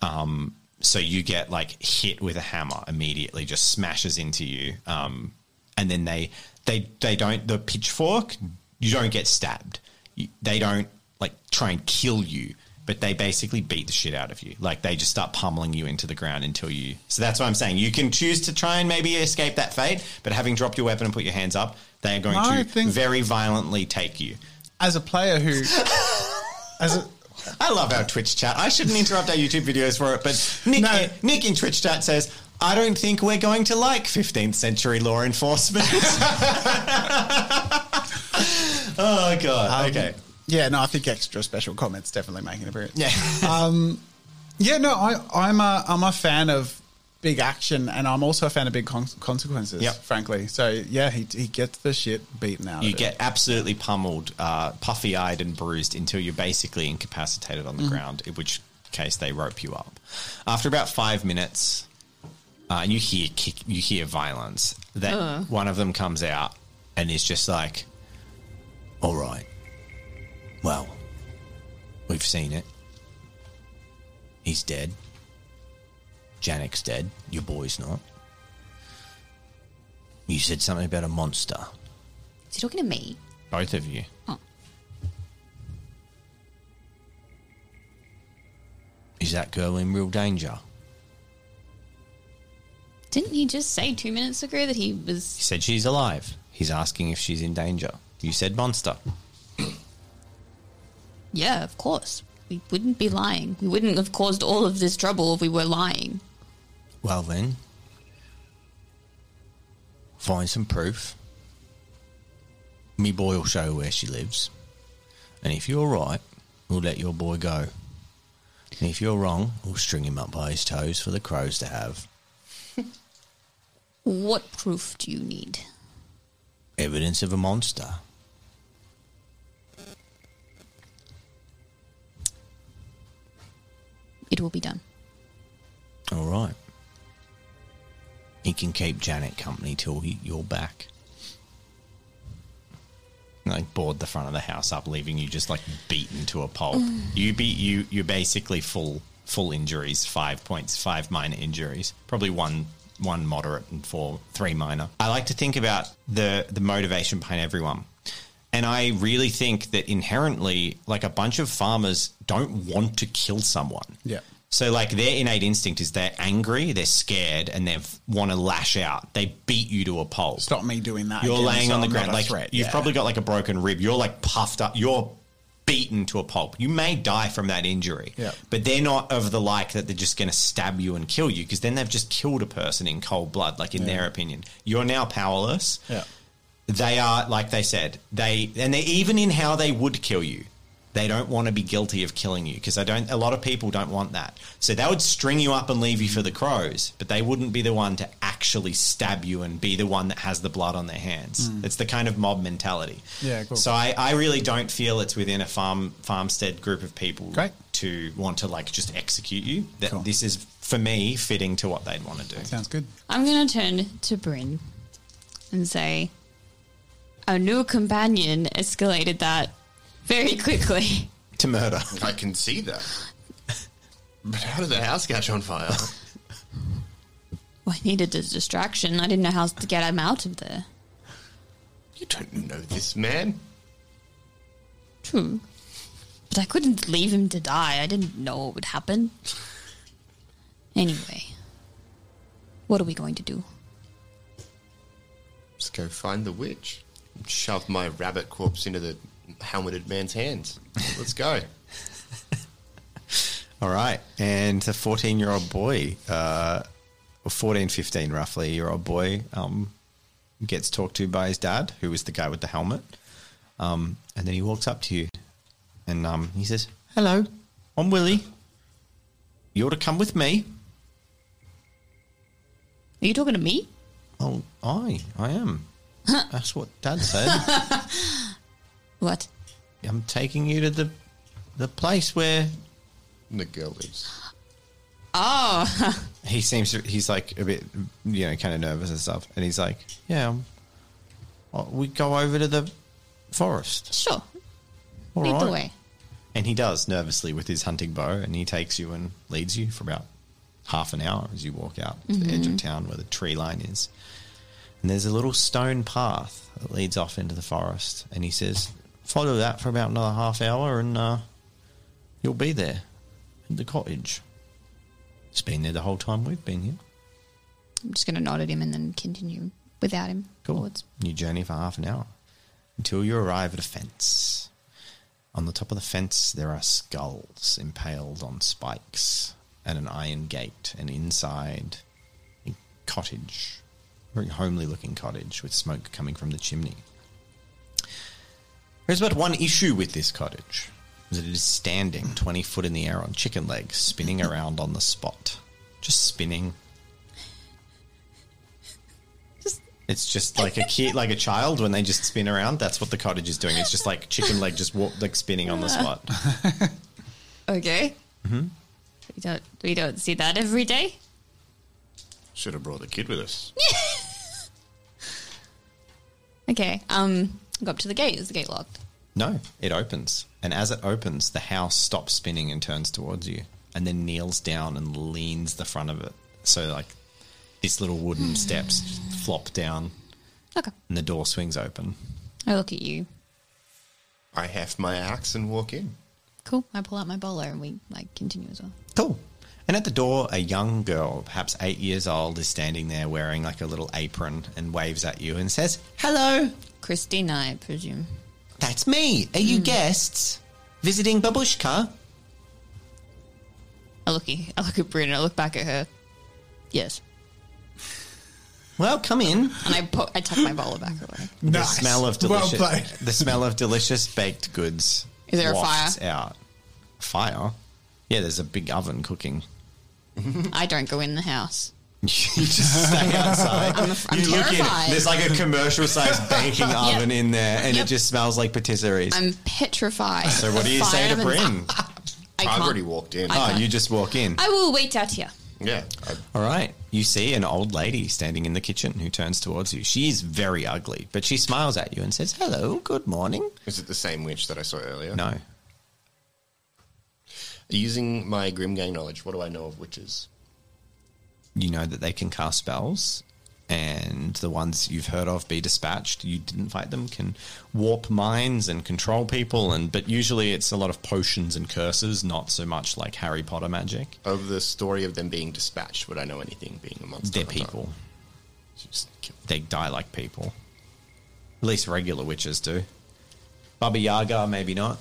[SPEAKER 3] Um, So you get like hit with a hammer immediately, just smashes into you. Um, and then they they they don't the pitchfork. You don't get stabbed. You, they don't like try and kill you, but they basically beat the shit out of you. Like they just start pummeling you into the ground until you. So that's what I'm saying. You can choose to try and maybe escape that fate, but having dropped your weapon and put your hands up, they are going
[SPEAKER 6] I
[SPEAKER 3] to
[SPEAKER 6] think-
[SPEAKER 3] very violently take you.
[SPEAKER 6] As a player who, as a,
[SPEAKER 3] I love our Twitch chat. I shouldn't interrupt our YouTube videos for it, but Nick,
[SPEAKER 6] No.
[SPEAKER 3] Nick in Twitch chat says, I don't think we're going to like 15th century law enforcement. oh, God. okay.
[SPEAKER 4] Yeah, no, I think extra special comments definitely making an appearance.
[SPEAKER 3] Yeah.
[SPEAKER 4] Yeah, no, I, I'm a I'm a fan of big action, and I'm also a fan of big con- consequences.
[SPEAKER 3] Yep.
[SPEAKER 4] frankly. So yeah, he, he gets the shit beaten out.
[SPEAKER 3] You
[SPEAKER 4] of
[SPEAKER 3] get
[SPEAKER 4] him.
[SPEAKER 3] absolutely pummeled, uh, puffy eyed, and bruised until you're basically incapacitated on the ground, in which case they rope you up. After about five minutes, uh, and you hear kick, you hear violence. That one of them comes out and is just like, "All right, well, we've seen it. He's dead. Janek's dead. Your boy's not." You said something about a monster.
[SPEAKER 2] Is he talking to me?
[SPEAKER 3] Both of you.
[SPEAKER 2] Oh.
[SPEAKER 3] Is that girl in real danger?
[SPEAKER 2] Didn't he just say two minutes ago that
[SPEAKER 3] He
[SPEAKER 2] he was?
[SPEAKER 3] said she's alive. He's asking if she's in danger. You said monster.
[SPEAKER 2] Yeah, of course. We wouldn't be lying. We wouldn't have caused all of this trouble if we were lying.
[SPEAKER 3] Well then, find some proof. Me boy will show where she lives, and if you're right, we'll let your boy go. And if you're wrong, we'll string him up by his toes for the crows to have.
[SPEAKER 2] What proof do you need?
[SPEAKER 3] Evidence of a monster.
[SPEAKER 2] It will be done.
[SPEAKER 3] All right. He can keep Janet company till he, you're back. Like board the front of the house up, leaving you just like beaten to a pulp. You beat you. You're basically full full injuries. Five points. Five minor injuries. Probably one one moderate and four three minor. I like to think about the the motivation behind everyone. And I really think that inherently, like a bunch of farmers don't want to kill someone.
[SPEAKER 4] Yeah.
[SPEAKER 3] So like their innate instinct is they're angry, they're scared, and they want to lash out. They beat you to a pulp.
[SPEAKER 4] stop me doing that.
[SPEAKER 3] You're
[SPEAKER 4] again,
[SPEAKER 3] laying
[SPEAKER 4] so
[SPEAKER 3] on the
[SPEAKER 4] I'm not
[SPEAKER 3] ground
[SPEAKER 4] a
[SPEAKER 3] like
[SPEAKER 4] threat.
[SPEAKER 3] you've
[SPEAKER 4] Yeah.
[SPEAKER 3] probably got like a broken rib. You're like puffed up. You're beaten to a pulp. You may die from that injury.
[SPEAKER 4] Yeah.
[SPEAKER 3] But they're not of the like that they're just going to stab you and kill you because then they've just killed a person in cold blood like in their opinion. You're now powerless
[SPEAKER 4] yeah.
[SPEAKER 3] they are like they said they and they even in how they would kill you they don't want to be guilty of killing you because i don't a lot of people don't want that so they would string you up and leave you for the crows but they wouldn't be the one to actually stab you and be the one that has the blood on their hands it's the kind of mob mentality
[SPEAKER 4] Hmm. Yeah, cool.
[SPEAKER 3] so I, I really don't feel it's within a farm farmstead group of people
[SPEAKER 4] Great.
[SPEAKER 3] to want to like just execute you that
[SPEAKER 4] Cool.
[SPEAKER 3] this is for me fitting to what they'd want to do
[SPEAKER 4] Sounds good.
[SPEAKER 2] I'm going to turn to Bryn and say, Our new companion escalated that very quickly.
[SPEAKER 3] to murder
[SPEAKER 1] I can see that. But how did the house catch on fire?
[SPEAKER 2] Well, I needed a distraction. I didn't know how to get him out of there.
[SPEAKER 1] You don't know this man.
[SPEAKER 2] True. But I couldn't leave him to die. I didn't know what would happen. Anyway, what are we going to do?
[SPEAKER 1] Just go find the witch. Shove my rabbit corpse into the helmeted man's hands. Let's go.
[SPEAKER 3] All right. And the 14 year old boy, uh, or 14, 15 roughly year old boy, um, gets talked to by his dad, who is the guy with the helmet. Um, and then he walks up to you and um, he says, Hello, I'm Willie. You're to come with me.
[SPEAKER 2] Are you talking to me?
[SPEAKER 3] Oh, I, I am. That's what dad said.
[SPEAKER 2] What?
[SPEAKER 3] I'm taking you to the the place where
[SPEAKER 1] And the girl leaves.
[SPEAKER 3] he seems to, he's like a bit you know kind of nervous and stuff and he's like yeah um, uh, we go over to the forest
[SPEAKER 2] Sure.
[SPEAKER 3] all
[SPEAKER 2] Lead the
[SPEAKER 3] right."
[SPEAKER 2] way.
[SPEAKER 3] and he does nervously with his hunting bow and he takes you and leads you for about half an hour as you walk out to the edge of town where the tree line is. And there's a little stone path that leads off into the forest. And he says, follow that for about another half hour and uh, you'll be there at the cottage. It's been there the whole time we've been here.
[SPEAKER 2] I'm just going to nod at him and then continue without him.
[SPEAKER 3] Cool.
[SPEAKER 2] forwards.
[SPEAKER 3] You journey for half an hour until you arrive at a fence. On the top of the fence, there are skulls impaled on spikes and an iron gate, and inside a cottage, very homely looking cottage with smoke coming from the chimney. There's but one issue with this cottage is that it is standing 20 foot in the air on chicken legs, spinning around on the spot. Just spinning, It's just like a kid, like a child when they just spin around. That's what the cottage is doing. It's just like chicken leg, just walk, like spinning on the spot.
[SPEAKER 5] Okay.
[SPEAKER 3] Mm-hmm.
[SPEAKER 5] We don't we don't see that every day.
[SPEAKER 1] Should have brought the kid with us.
[SPEAKER 2] Okay. Um, go up to the gate. Is the gate locked?
[SPEAKER 3] No, it opens, and as it opens, the house stops spinning and turns towards you, and then kneels down and leans the front of it. So like these little
[SPEAKER 5] Hmm.
[SPEAKER 3] wooden steps flop down,
[SPEAKER 2] Okay.
[SPEAKER 3] and the door swings open.
[SPEAKER 2] I look at you.
[SPEAKER 1] I have my axe and walk in.
[SPEAKER 2] Cool. I pull out my bowler and we like continue as well.
[SPEAKER 3] Cool. And at the door, a young girl, perhaps eight years old, is standing there wearing like a little apron and waves at you and says, "Hello."
[SPEAKER 5] Christina, I presume.
[SPEAKER 3] That's me. Are you guests visiting Babushka?
[SPEAKER 5] I look at, I look at Brynn and I look back at her. Yes.
[SPEAKER 3] Well, come in.
[SPEAKER 5] And I po- I tuck my bowler back away.
[SPEAKER 6] Nice.
[SPEAKER 3] The smell of
[SPEAKER 6] Well
[SPEAKER 3] delicious,
[SPEAKER 6] played.
[SPEAKER 3] the smell of delicious baked goods.
[SPEAKER 5] Is there a
[SPEAKER 3] wafts Out. Fire. Yeah, there's a big oven cooking.
[SPEAKER 5] I don't go in the house.
[SPEAKER 3] you just stay outside.
[SPEAKER 5] I'm
[SPEAKER 3] you look in.
[SPEAKER 5] terrified.
[SPEAKER 3] There's like a commercial-sized baking oven in there, and it just smells like patisseries.
[SPEAKER 5] I'm petrified.
[SPEAKER 3] so, what
[SPEAKER 5] of
[SPEAKER 3] do you
[SPEAKER 5] fire
[SPEAKER 3] say to
[SPEAKER 5] and-
[SPEAKER 3] Bryn?
[SPEAKER 5] I
[SPEAKER 1] I've
[SPEAKER 5] can't.
[SPEAKER 1] already walked in.
[SPEAKER 3] Oh, you just walk in.
[SPEAKER 5] I will wait out here.
[SPEAKER 1] yeah. I,
[SPEAKER 3] All right. You see an old lady standing in the kitchen who turns towards you. She is very ugly, but she smiles at you and says, Hello, good morning.
[SPEAKER 1] is it the same witch that I saw earlier?
[SPEAKER 3] No.
[SPEAKER 1] Using my Grim Gang knowledge, what do I know of witches?
[SPEAKER 3] You know that they can cast spells, and the ones you've heard of be dispatched. You didn't fight them, can warp minds and control people, and but usually it's a lot of potions and curses, not so much like Harry Potter magic.
[SPEAKER 1] Of the story of them being dispatched, would I know anything being a monster?
[SPEAKER 3] They're
[SPEAKER 1] hunter?
[SPEAKER 3] people.
[SPEAKER 1] Just kill-
[SPEAKER 3] They die like people. At least regular witches do. Baba Yaga, maybe not.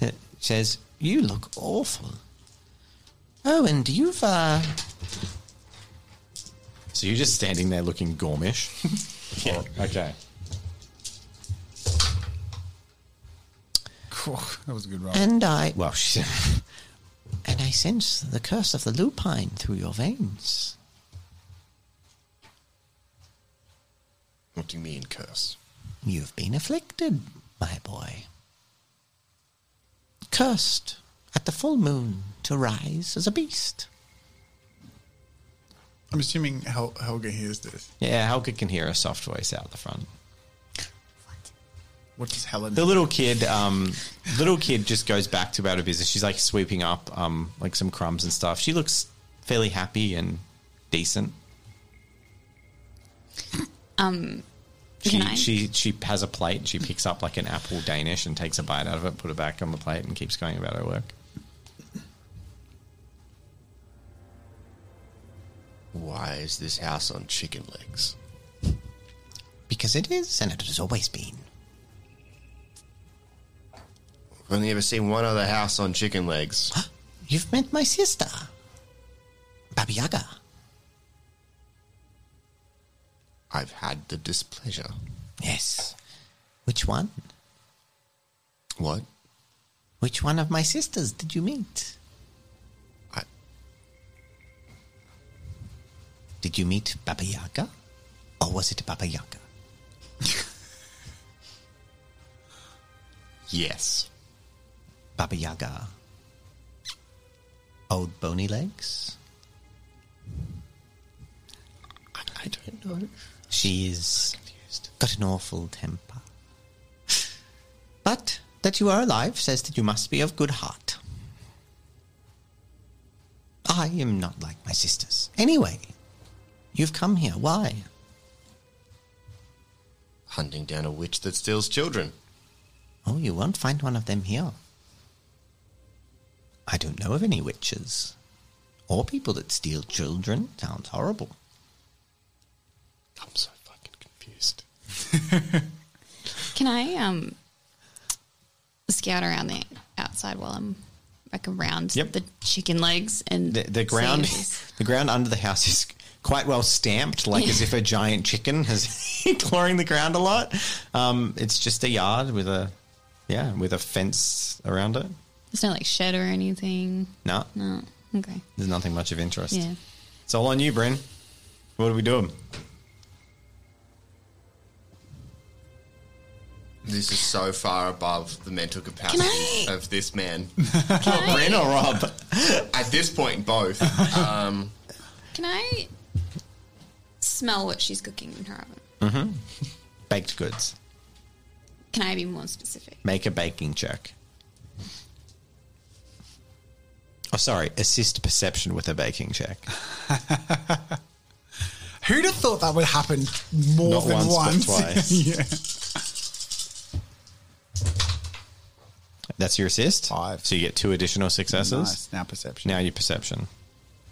[SPEAKER 3] It says, You look awful. Oh, and you've, uh. So you're just standing there looking gormish? yeah. Okay.
[SPEAKER 4] Cool. That was a good roll.
[SPEAKER 3] And I. Well, she And I sense the curse of the lupine through your veins.
[SPEAKER 1] What do you mean, curse?
[SPEAKER 3] You've been afflicted, my boy. Cursed at the full moon to rise as a beast.
[SPEAKER 4] I'm assuming Hel- Helga hears this.
[SPEAKER 3] Yeah, Helga can hear a soft voice out the front.
[SPEAKER 4] What does Helen?
[SPEAKER 3] The little kid, um, little kid just goes back to about her business. She's like sweeping up, um, like some crumbs and stuff. She looks fairly happy and decent. She,
[SPEAKER 2] Can I?
[SPEAKER 3] she she has a plate. She picks up like an apple Danish and takes a bite out of it, put it back on the plate, and keeps going about her work.
[SPEAKER 1] Why is this house on chicken legs?
[SPEAKER 3] Because it is, and it has always been.
[SPEAKER 1] I've only ever seen one other house on chicken legs.
[SPEAKER 3] You've met my sister, Baba Yaga.
[SPEAKER 1] I've had the displeasure.
[SPEAKER 3] Yes. Which one?
[SPEAKER 1] What?
[SPEAKER 3] Which one of my sisters did you meet?
[SPEAKER 1] I,
[SPEAKER 3] Did you meet Baba Yaga? Or was it Baba Yaga?
[SPEAKER 1] yes.
[SPEAKER 3] Baba Yaga. Old Bony Legs?
[SPEAKER 1] I, I don't know.
[SPEAKER 3] She's
[SPEAKER 1] Confused.
[SPEAKER 3] got an awful temper. But that you are alive says that you must be of good heart. I am not like my sisters. Anyway, you've come here. Why?
[SPEAKER 1] Hunting down a witch that steals children.
[SPEAKER 3] Oh, you won't find one of them here. I don't know of any witches. Or people that steal children. Sounds horrible.
[SPEAKER 1] I'm so fucking confused.
[SPEAKER 2] Can I um scout around the outside while I'm like around
[SPEAKER 3] Yep.
[SPEAKER 2] the chicken legs and
[SPEAKER 3] The, the
[SPEAKER 2] see
[SPEAKER 3] ground,
[SPEAKER 2] if there's-
[SPEAKER 3] the ground under the house is quite well stamped, like as if a giant chicken has been clawing the ground a lot. Um, it's just a yard with a, yeah, with a fence around it.
[SPEAKER 2] There's no like shed or anything.
[SPEAKER 3] No,
[SPEAKER 2] No. Okay.
[SPEAKER 3] there's nothing much of interest.
[SPEAKER 2] Yeah.
[SPEAKER 3] It's all on you, Bryn. What are we doing?
[SPEAKER 1] This is so far above the mental capacity
[SPEAKER 2] Can I-
[SPEAKER 1] of this man.
[SPEAKER 2] Can I,
[SPEAKER 3] Bryn or Rob?
[SPEAKER 1] At this point, both. Um,
[SPEAKER 2] can I smell what she's cooking in her oven?
[SPEAKER 3] Baked goods.
[SPEAKER 2] Can I be more specific?
[SPEAKER 3] Make a baking check. Oh, sorry. Assist perception with a baking check.
[SPEAKER 6] Who'd have thought that would happen more
[SPEAKER 3] Not
[SPEAKER 6] than
[SPEAKER 3] once,
[SPEAKER 6] once?
[SPEAKER 3] but twice.
[SPEAKER 6] yeah.
[SPEAKER 3] That's your assist.
[SPEAKER 4] Five.
[SPEAKER 3] So you get two additional successes.
[SPEAKER 4] Nice. Now perception.
[SPEAKER 3] Now your perception.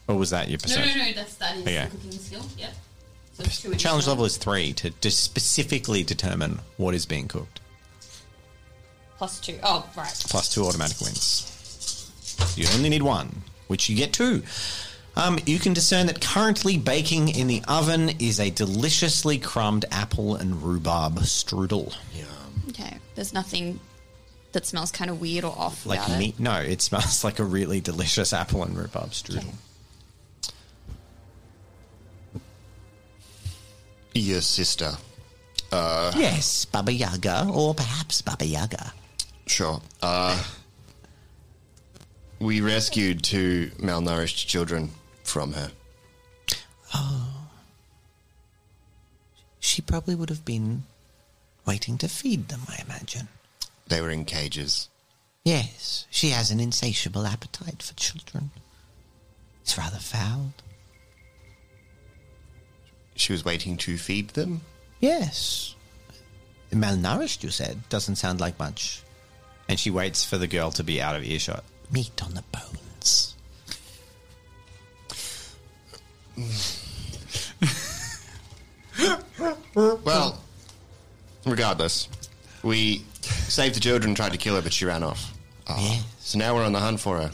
[SPEAKER 3] Or was that your perception?
[SPEAKER 2] no, that's that is
[SPEAKER 3] Okay.
[SPEAKER 2] cooking skill. Yep. So it's two
[SPEAKER 3] Challenge
[SPEAKER 2] additional.
[SPEAKER 3] level is three to just specifically determine what is being cooked.
[SPEAKER 2] plus two. Oh, right.
[SPEAKER 3] Plus two automatic wins. You only need one, which you get two. Um, you can discern that currently baking in the oven is a deliciously crumbed apple and rhubarb strudel.
[SPEAKER 2] Okay. There's nothing that smells kind of weird or off
[SPEAKER 3] Like
[SPEAKER 2] about
[SPEAKER 3] meat? No, it smells like a really delicious apple and rhubarb
[SPEAKER 2] it.
[SPEAKER 3] strudel.
[SPEAKER 2] Okay.
[SPEAKER 1] your sister.
[SPEAKER 3] Yes, Baba Yaga, or perhaps Baba Yaga.
[SPEAKER 1] Sure. Uh, we rescued two malnourished children from her.
[SPEAKER 3] She probably would have been waiting to feed them, I imagine.
[SPEAKER 1] They were in cages.
[SPEAKER 3] Yes, she has an insatiable appetite for children. It's rather foul.
[SPEAKER 1] She was waiting to feed them.
[SPEAKER 3] Yes. Malnourished, you said. Doesn't sound like much. And she waits for the girl to be out of earshot. Meat on the bones.
[SPEAKER 1] Well, regardless, we saved the children, tried to kill her, but she ran off. Ah.
[SPEAKER 3] Yes.
[SPEAKER 1] So now we're on the hunt for her.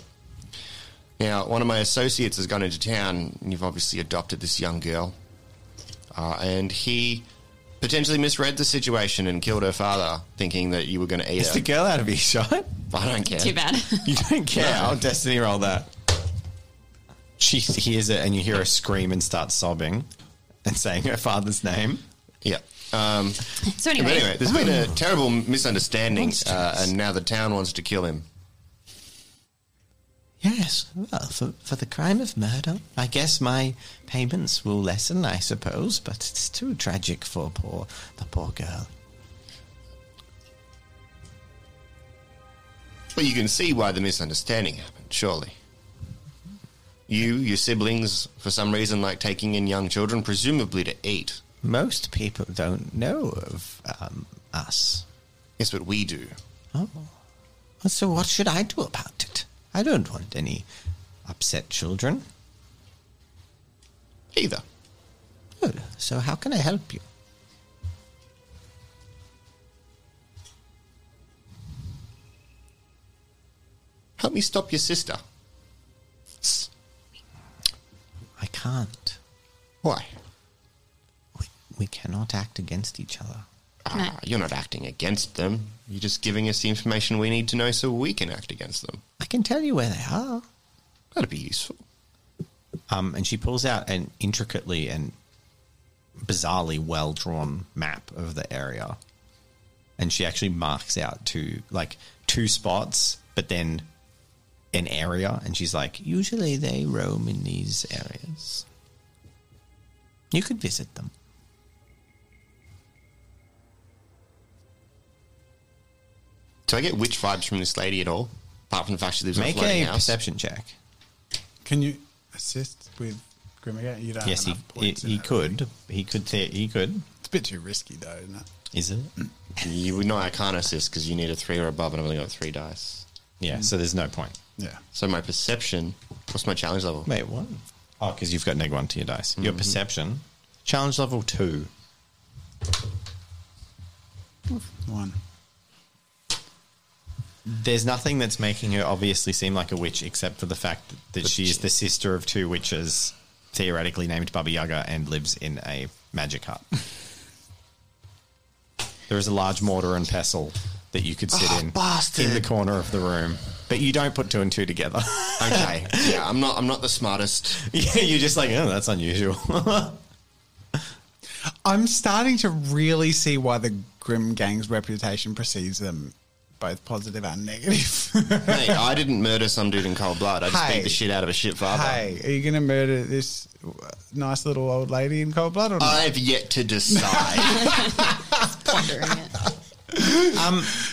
[SPEAKER 1] Now, one of my associates has gone into town, and you've obviously adopted this young girl. Uh, and he potentially misread the situation and killed her father, thinking that you were going to eat
[SPEAKER 3] Is
[SPEAKER 1] her.
[SPEAKER 3] the girl out of earshot?
[SPEAKER 1] I don't care.
[SPEAKER 2] Too bad.
[SPEAKER 3] You don't care. I'll destiny roll that. She hears it, and you hear her scream and start sobbing and saying her father's name.
[SPEAKER 1] Yeah. Um,
[SPEAKER 2] so
[SPEAKER 1] but
[SPEAKER 2] anyway,
[SPEAKER 1] anyway, there's been a terrible misunderstanding, uh, and now the town wants to kill him.
[SPEAKER 3] Yes, well, for, for the crime of murder, I guess my payments will lessen, I suppose, but it's too tragic for poor the poor girl.
[SPEAKER 1] Well, you can see why the misunderstanding happened, surely. You, your siblings, for some reason, like taking in young children, presumably to eat.
[SPEAKER 3] Most people don't know of um, us.
[SPEAKER 1] Yes, but we do.
[SPEAKER 3] So what should I do about it? I don't want any upset children.
[SPEAKER 1] Either.
[SPEAKER 3] Good. So how can I help you?
[SPEAKER 1] Help me stop your sister.
[SPEAKER 3] I can't.
[SPEAKER 1] Why?
[SPEAKER 3] We, we cannot act against each other.
[SPEAKER 1] Ah, you're not acting against them. You're just giving us the information we need to know so we can act against them.
[SPEAKER 3] I can tell you where they are.
[SPEAKER 1] That'd be useful.
[SPEAKER 3] Um, and she pulls out an intricately and bizarrely well drawn map of the area. And she actually marks out two, like two spots, but then an area. And she's like, usually they roam in these areas. You could visit them.
[SPEAKER 1] Do I get witch vibes from this lady at all? Apart from the fact she lives in a
[SPEAKER 3] Make
[SPEAKER 1] floating
[SPEAKER 3] a
[SPEAKER 1] house.
[SPEAKER 3] perception check.
[SPEAKER 4] Can you? assist with Grimagate? You don't
[SPEAKER 3] yes,
[SPEAKER 4] have
[SPEAKER 3] he
[SPEAKER 4] enough
[SPEAKER 3] he,
[SPEAKER 4] points in
[SPEAKER 3] he
[SPEAKER 4] it.
[SPEAKER 3] could. He could. The- he could.
[SPEAKER 4] It's a bit too risky, though, isn't it?
[SPEAKER 3] Is it?
[SPEAKER 1] You would know I can't assist because you need a three or above, and I've only got three dice.
[SPEAKER 3] Yeah. So there's no point.
[SPEAKER 4] Yeah.
[SPEAKER 1] So my perception. What's my challenge level?
[SPEAKER 3] Wait, what? Oh, because you've got neg one to your dice.
[SPEAKER 4] Mm-hmm.
[SPEAKER 3] Your perception challenge level two.
[SPEAKER 4] One.
[SPEAKER 3] There's nothing that's making her obviously seem like a witch except for the fact that, that she is the sister of two witches, theoretically named Baba Yaga, and lives in a magic hut. there is a large mortar and pestle that you could sit
[SPEAKER 4] Ah,
[SPEAKER 3] in in the corner of the room, but you don't put two and two together.
[SPEAKER 1] Okay. yeah, I'm not. I'm not the smartest.
[SPEAKER 3] Yeah, You're just like, oh, that's unusual.
[SPEAKER 4] I'm starting to really see why the Grim Gang's reputation precedes them, both positive and negative.
[SPEAKER 1] Mate, I didn't murder some dude in cold blood. I just
[SPEAKER 4] Hey.
[SPEAKER 1] beat the shit out of a shit father.
[SPEAKER 4] hey, are you going to murder this nice little old lady in cold blood or not?
[SPEAKER 1] I've yet to decide.
[SPEAKER 2] pondering it.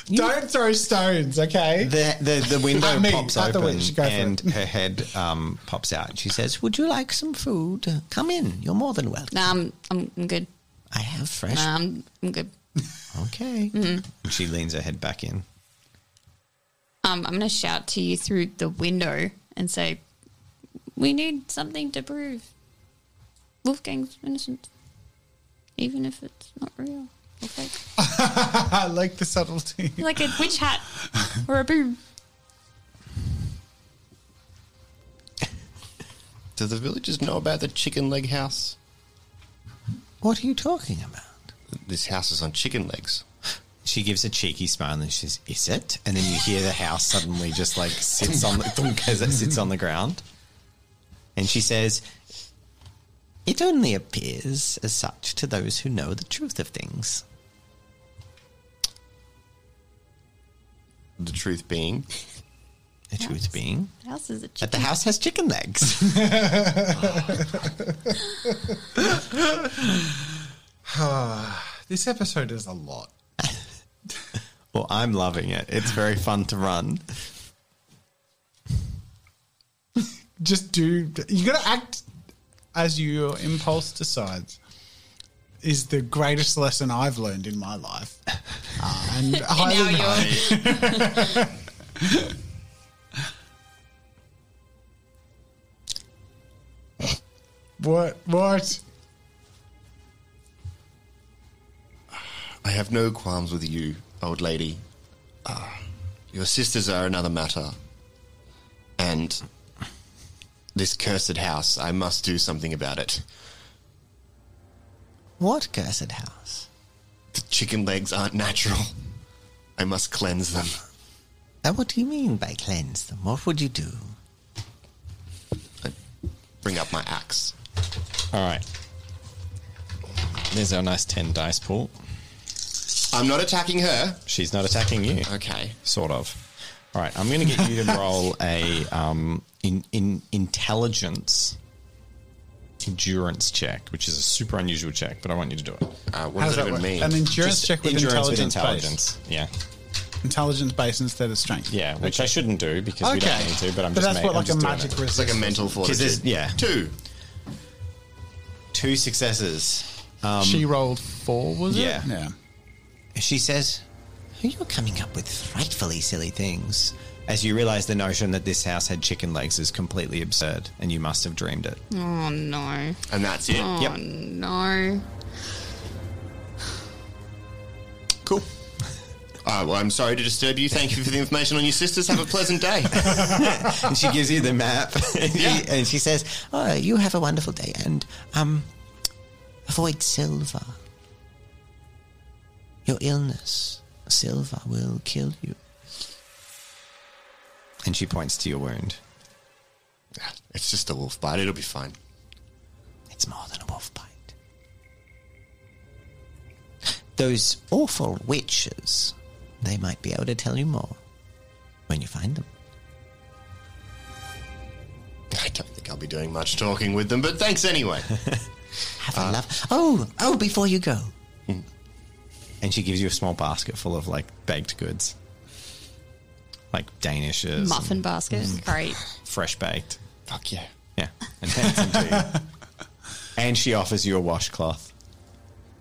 [SPEAKER 4] Don't throw stones, okay?
[SPEAKER 3] The, the, the window
[SPEAKER 4] At Ah, me,
[SPEAKER 3] pops
[SPEAKER 4] at the
[SPEAKER 3] open
[SPEAKER 4] witch, go for
[SPEAKER 3] and
[SPEAKER 4] it.
[SPEAKER 3] her head um, pops out. She says, Would you like some food? Come in. You're more than welcome.
[SPEAKER 2] Nah, I'm, I'm I'm good.
[SPEAKER 3] I have fresh.
[SPEAKER 2] Nah, I'm, I'm good.
[SPEAKER 3] Okay. And She leans her head back in.
[SPEAKER 2] Um, I'm gonna shout to you through the window and say, "We need something to prove Wolfgang's innocent, even if it's not real." or fake."
[SPEAKER 4] I like the subtlety.
[SPEAKER 2] Like a witch hat or a boo.
[SPEAKER 1] Do the villagers know about the chicken leg house?
[SPEAKER 3] What are you talking about?
[SPEAKER 1] This house is on chicken legs.
[SPEAKER 3] She gives a cheeky smile and she says, Is it? And then you hear the house suddenly just like sits on the thunk as it sits on the ground. And she says, It only appears as such to those who know the truth of things.
[SPEAKER 1] The truth being,
[SPEAKER 3] The truth being
[SPEAKER 2] The house is a chicken.
[SPEAKER 3] that the house has chicken legs.
[SPEAKER 4] This episode is a lot.
[SPEAKER 3] well, I'm loving it. It's very fun to run.
[SPEAKER 4] Just do. You got to act as your impulse decides. Is the greatest lesson I've learned in my life, Uh, and highly
[SPEAKER 2] now you're
[SPEAKER 4] what what
[SPEAKER 1] I have no qualms with you, old lady. Ah, your sisters are another matter. And this cursed house, I must do something about it.
[SPEAKER 3] What cursed house?
[SPEAKER 1] The chicken legs aren't natural. I must cleanse them.
[SPEAKER 3] And what do you mean by cleanse them? What would you do?
[SPEAKER 1] Bring up my axe.
[SPEAKER 3] All right. There's our nice 10 dice pool.
[SPEAKER 1] I'm not attacking her.
[SPEAKER 3] She's not attacking you.
[SPEAKER 1] Okay.
[SPEAKER 3] Sort of. All right, I'm going to get you to roll a um, in, in intelligence endurance check, which is a super unusual check, but I want you to do it.
[SPEAKER 1] Uh, what
[SPEAKER 4] How
[SPEAKER 1] does that, even
[SPEAKER 4] work?
[SPEAKER 1] mean?
[SPEAKER 4] An endurance check with
[SPEAKER 3] Endurance
[SPEAKER 4] intelligence, base.
[SPEAKER 3] Yeah.
[SPEAKER 4] intelligence base instead of strength.
[SPEAKER 3] Yeah, which I shouldn't do because we don't need to, but I'm just
[SPEAKER 4] that's
[SPEAKER 3] ma-
[SPEAKER 4] what
[SPEAKER 3] I'm
[SPEAKER 4] like
[SPEAKER 3] just
[SPEAKER 4] a
[SPEAKER 3] doing
[SPEAKER 4] magic
[SPEAKER 3] it.
[SPEAKER 1] it's
[SPEAKER 4] resist.
[SPEAKER 1] like a mental fortitude.
[SPEAKER 3] there's- yeah.
[SPEAKER 1] Two.
[SPEAKER 3] Two successes.
[SPEAKER 4] she rolled four, was
[SPEAKER 3] yeah.
[SPEAKER 4] it? Um, Yeah.
[SPEAKER 3] She says, You're coming up with frightfully silly things. As you realize the notion that this house had chicken legs is completely absurd, and you must have dreamed it.
[SPEAKER 2] Oh no!
[SPEAKER 1] And that's it.
[SPEAKER 2] Oh
[SPEAKER 3] Yep.
[SPEAKER 2] no!
[SPEAKER 1] Cool. Uh, well, I'm sorry to disturb you. Thank you for the information on your sisters. Have a pleasant day.
[SPEAKER 3] and she gives you the map and, she-
[SPEAKER 1] Yeah.
[SPEAKER 3] and she says oh you have a wonderful day and um avoid silver your illness silver will kill you and she points to your wound
[SPEAKER 1] it's just a wolf bite. It'll be fine.
[SPEAKER 3] it's more than a wolf bite those awful witches they might be able to tell you more when you find them
[SPEAKER 1] I don't think I'll be doing much talking with them, but thanks anyway.
[SPEAKER 3] Have a love. Oh, oh, before you go. And she gives you a small basket full of like baked goods, like danishes,
[SPEAKER 2] Muffin basket, great.
[SPEAKER 3] fresh baked.
[SPEAKER 1] Fuck yeah.
[SPEAKER 3] Yeah. And hands them to you. And she offers you a washcloth.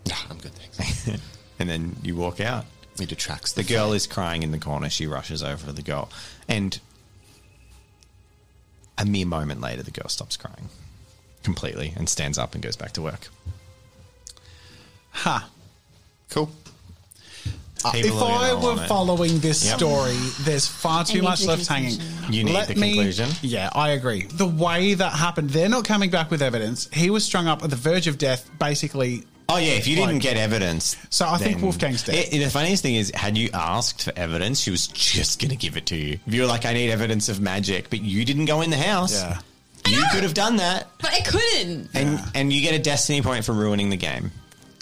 [SPEAKER 1] Nah, I'm good, thanks.
[SPEAKER 3] And then you walk out.
[SPEAKER 1] It attracts
[SPEAKER 3] The
[SPEAKER 1] the,
[SPEAKER 3] girl is crying in the corner. She rushes over to the girl. And a mere moment later, the girl stops crying completely and stands up and goes back to work.
[SPEAKER 4] Ha.
[SPEAKER 1] Cool.
[SPEAKER 3] People
[SPEAKER 4] Uh, If
[SPEAKER 3] are gonna
[SPEAKER 4] I
[SPEAKER 3] want
[SPEAKER 4] were
[SPEAKER 3] it.
[SPEAKER 4] following this
[SPEAKER 3] Yep.
[SPEAKER 4] story, there's far too
[SPEAKER 2] need
[SPEAKER 4] much
[SPEAKER 2] the
[SPEAKER 4] left hanging.
[SPEAKER 2] conclusion.
[SPEAKER 3] You need the conclusion.
[SPEAKER 4] Yeah, I agree. The way that happened, they're not coming back with evidence. He was strung up at the verge of death, basically.
[SPEAKER 3] Oh yeah, if you didn't
[SPEAKER 4] Like-
[SPEAKER 3] get evidence,
[SPEAKER 4] So I think
[SPEAKER 3] then-
[SPEAKER 4] Wolfgang's dead.
[SPEAKER 3] It- the funniest thing is, had you asked for evidence, she was just going to give it to you. If you were like, "I need evidence of magic," but you didn't go in the house,
[SPEAKER 4] Yeah.
[SPEAKER 3] you could have done that,
[SPEAKER 2] But I couldn't.
[SPEAKER 3] and and you get a destiny point for ruining the game.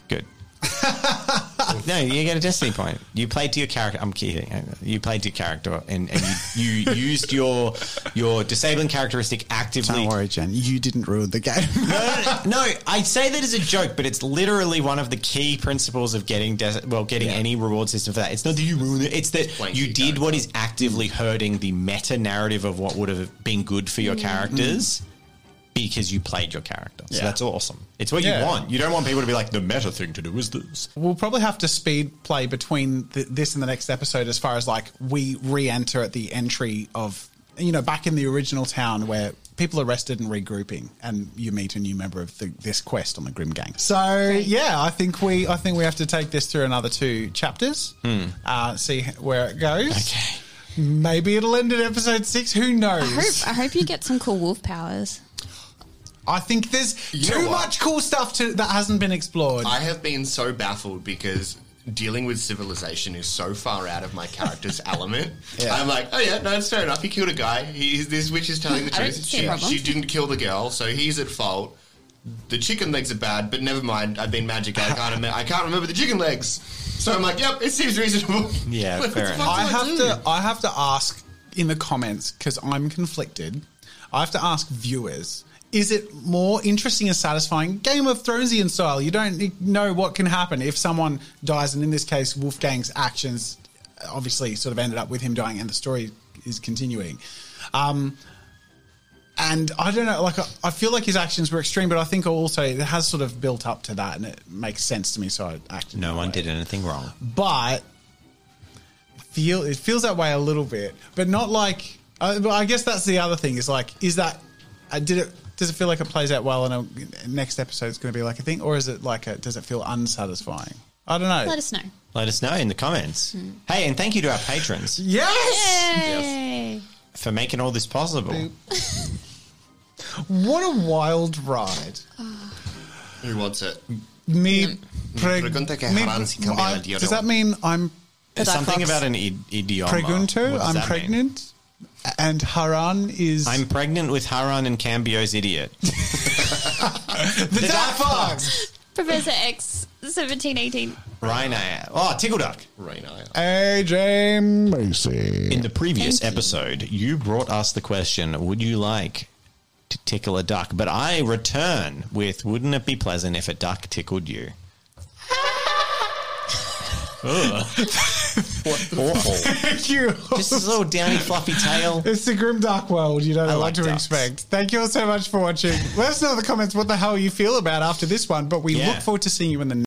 [SPEAKER 3] Good. no, you get a destiny point. You played to your character. I'm kidding. You played to your character, and, and you, you used your your disabling characteristic actively.
[SPEAKER 4] Don't worry, Jen. You didn't ruin the game.
[SPEAKER 3] No, no, no, no, I say that as a joke, but it's literally one of the key principles of getting des- well, getting any reward system for that. It's not that you ruin it; it's that
[SPEAKER 1] Wait,
[SPEAKER 3] you
[SPEAKER 1] you
[SPEAKER 3] did
[SPEAKER 1] don't.
[SPEAKER 3] what is actively hurting the meta narrative of what would have been good for
[SPEAKER 4] Mm.
[SPEAKER 3] your characters because you played your character. So
[SPEAKER 4] Yeah.
[SPEAKER 3] that's awesome. It's what
[SPEAKER 4] Yeah.
[SPEAKER 3] you want. You don't want people to be like the meta thing to do is this.
[SPEAKER 4] we'll probably have to speed play between th this and the next episode as far as like we re-enter at the entry of you know back in the original town where people are rested and regrouping and you meet a new member of the, this quest on the grim gang so yeah i think we i think we have to take this through another two chapters
[SPEAKER 1] Hmm.
[SPEAKER 4] uh, see h- where it goes
[SPEAKER 3] Okay.
[SPEAKER 4] maybe it'll end at episode six who knows
[SPEAKER 2] I hope I hope you get some cool wolf powers.
[SPEAKER 4] I think there's
[SPEAKER 1] know
[SPEAKER 4] too
[SPEAKER 1] what?
[SPEAKER 4] much cool stuff to, that hasn't been explored
[SPEAKER 1] I have been so baffled because dealing with civilization is so far out of my character's element.
[SPEAKER 4] Yeah.
[SPEAKER 1] I'm like, oh yeah, no, it's fair enough. He killed a guy. He, this witch is telling the
[SPEAKER 2] I don't
[SPEAKER 1] truth.
[SPEAKER 2] see a
[SPEAKER 1] She,
[SPEAKER 2] problem.
[SPEAKER 1] she didn't kill the girl, so he's at fault. The chicken legs are bad, but never mind. I've been magic. I can't. Rem- I can't remember the chicken legs. So I'm like, yep, it seems reasonable.
[SPEAKER 3] Yeah,
[SPEAKER 1] What the
[SPEAKER 3] fair
[SPEAKER 1] fuck
[SPEAKER 3] enough.
[SPEAKER 4] I
[SPEAKER 1] do
[SPEAKER 4] have
[SPEAKER 1] do?
[SPEAKER 4] to I have to ask in the comments because I'm conflicted. I have to ask viewers: Is it more interesting and satisfying Game of Thronesian style? You don't know what can happen if someone dies, and in this case, Wolfgang's actions obviously sort of ended up with him dying, and the story is continuing. Um, and I don't know, like I, I feel like his actions were extreme, but I think also it has sort of built up to that, and it makes sense to me. So I acted.
[SPEAKER 3] No
[SPEAKER 4] that
[SPEAKER 3] one
[SPEAKER 4] way
[SPEAKER 3] did anything wrong.
[SPEAKER 4] but feel it feels that way a little bit, but not like. Uh, well, I guess that's the other thing is like, is that uh, did it? Does it feel like it plays out well, and a, next episode's going to be like a thing, or is it like a? Does it feel unsatisfying? I don't know.
[SPEAKER 2] Let us know.
[SPEAKER 3] Let us know in the comments. Hey, and thank you to our patrons
[SPEAKER 4] yes.
[SPEAKER 2] Yay!
[SPEAKER 3] for making all this possible.
[SPEAKER 4] What a wild ride.
[SPEAKER 1] Who wants it?
[SPEAKER 4] Me. Preg-
[SPEAKER 1] Pregunta que
[SPEAKER 4] me-
[SPEAKER 1] harán si cambian
[SPEAKER 4] I-
[SPEAKER 1] el día de
[SPEAKER 4] does
[SPEAKER 1] hoy.
[SPEAKER 4] that mean I'm
[SPEAKER 3] There's
[SPEAKER 5] But I
[SPEAKER 3] something
[SPEAKER 5] fucks-
[SPEAKER 3] about an Id- idioma. What
[SPEAKER 4] pregunto?
[SPEAKER 3] does
[SPEAKER 4] I'm
[SPEAKER 3] that mean? Uh,
[SPEAKER 4] pregnant, and Haran is
[SPEAKER 3] I'm pregnant with Haran and Cambio's idiot.
[SPEAKER 4] the, dark fox.
[SPEAKER 2] Professor X seventeen eighteen.
[SPEAKER 3] Rhino. Oh, Tickle Duck.
[SPEAKER 1] Right now.
[SPEAKER 4] AJ
[SPEAKER 3] In the previous
[SPEAKER 2] Thank you.
[SPEAKER 3] episode, you brought us the question Would you like to tickle a duck? But I return with Wouldn't it be pleasant if a duck tickled you? Ugh. Awful.
[SPEAKER 4] you.
[SPEAKER 3] Just this little downy fluffy tail.
[SPEAKER 4] It's the grim dark world. You don't know
[SPEAKER 3] I
[SPEAKER 4] what
[SPEAKER 3] like
[SPEAKER 4] to
[SPEAKER 3] ducks.
[SPEAKER 4] expect. Thank you all so much for watching. Let us know in the comments what the hell you feel about after this one, but we
[SPEAKER 3] Yeah.
[SPEAKER 4] look forward to seeing you in the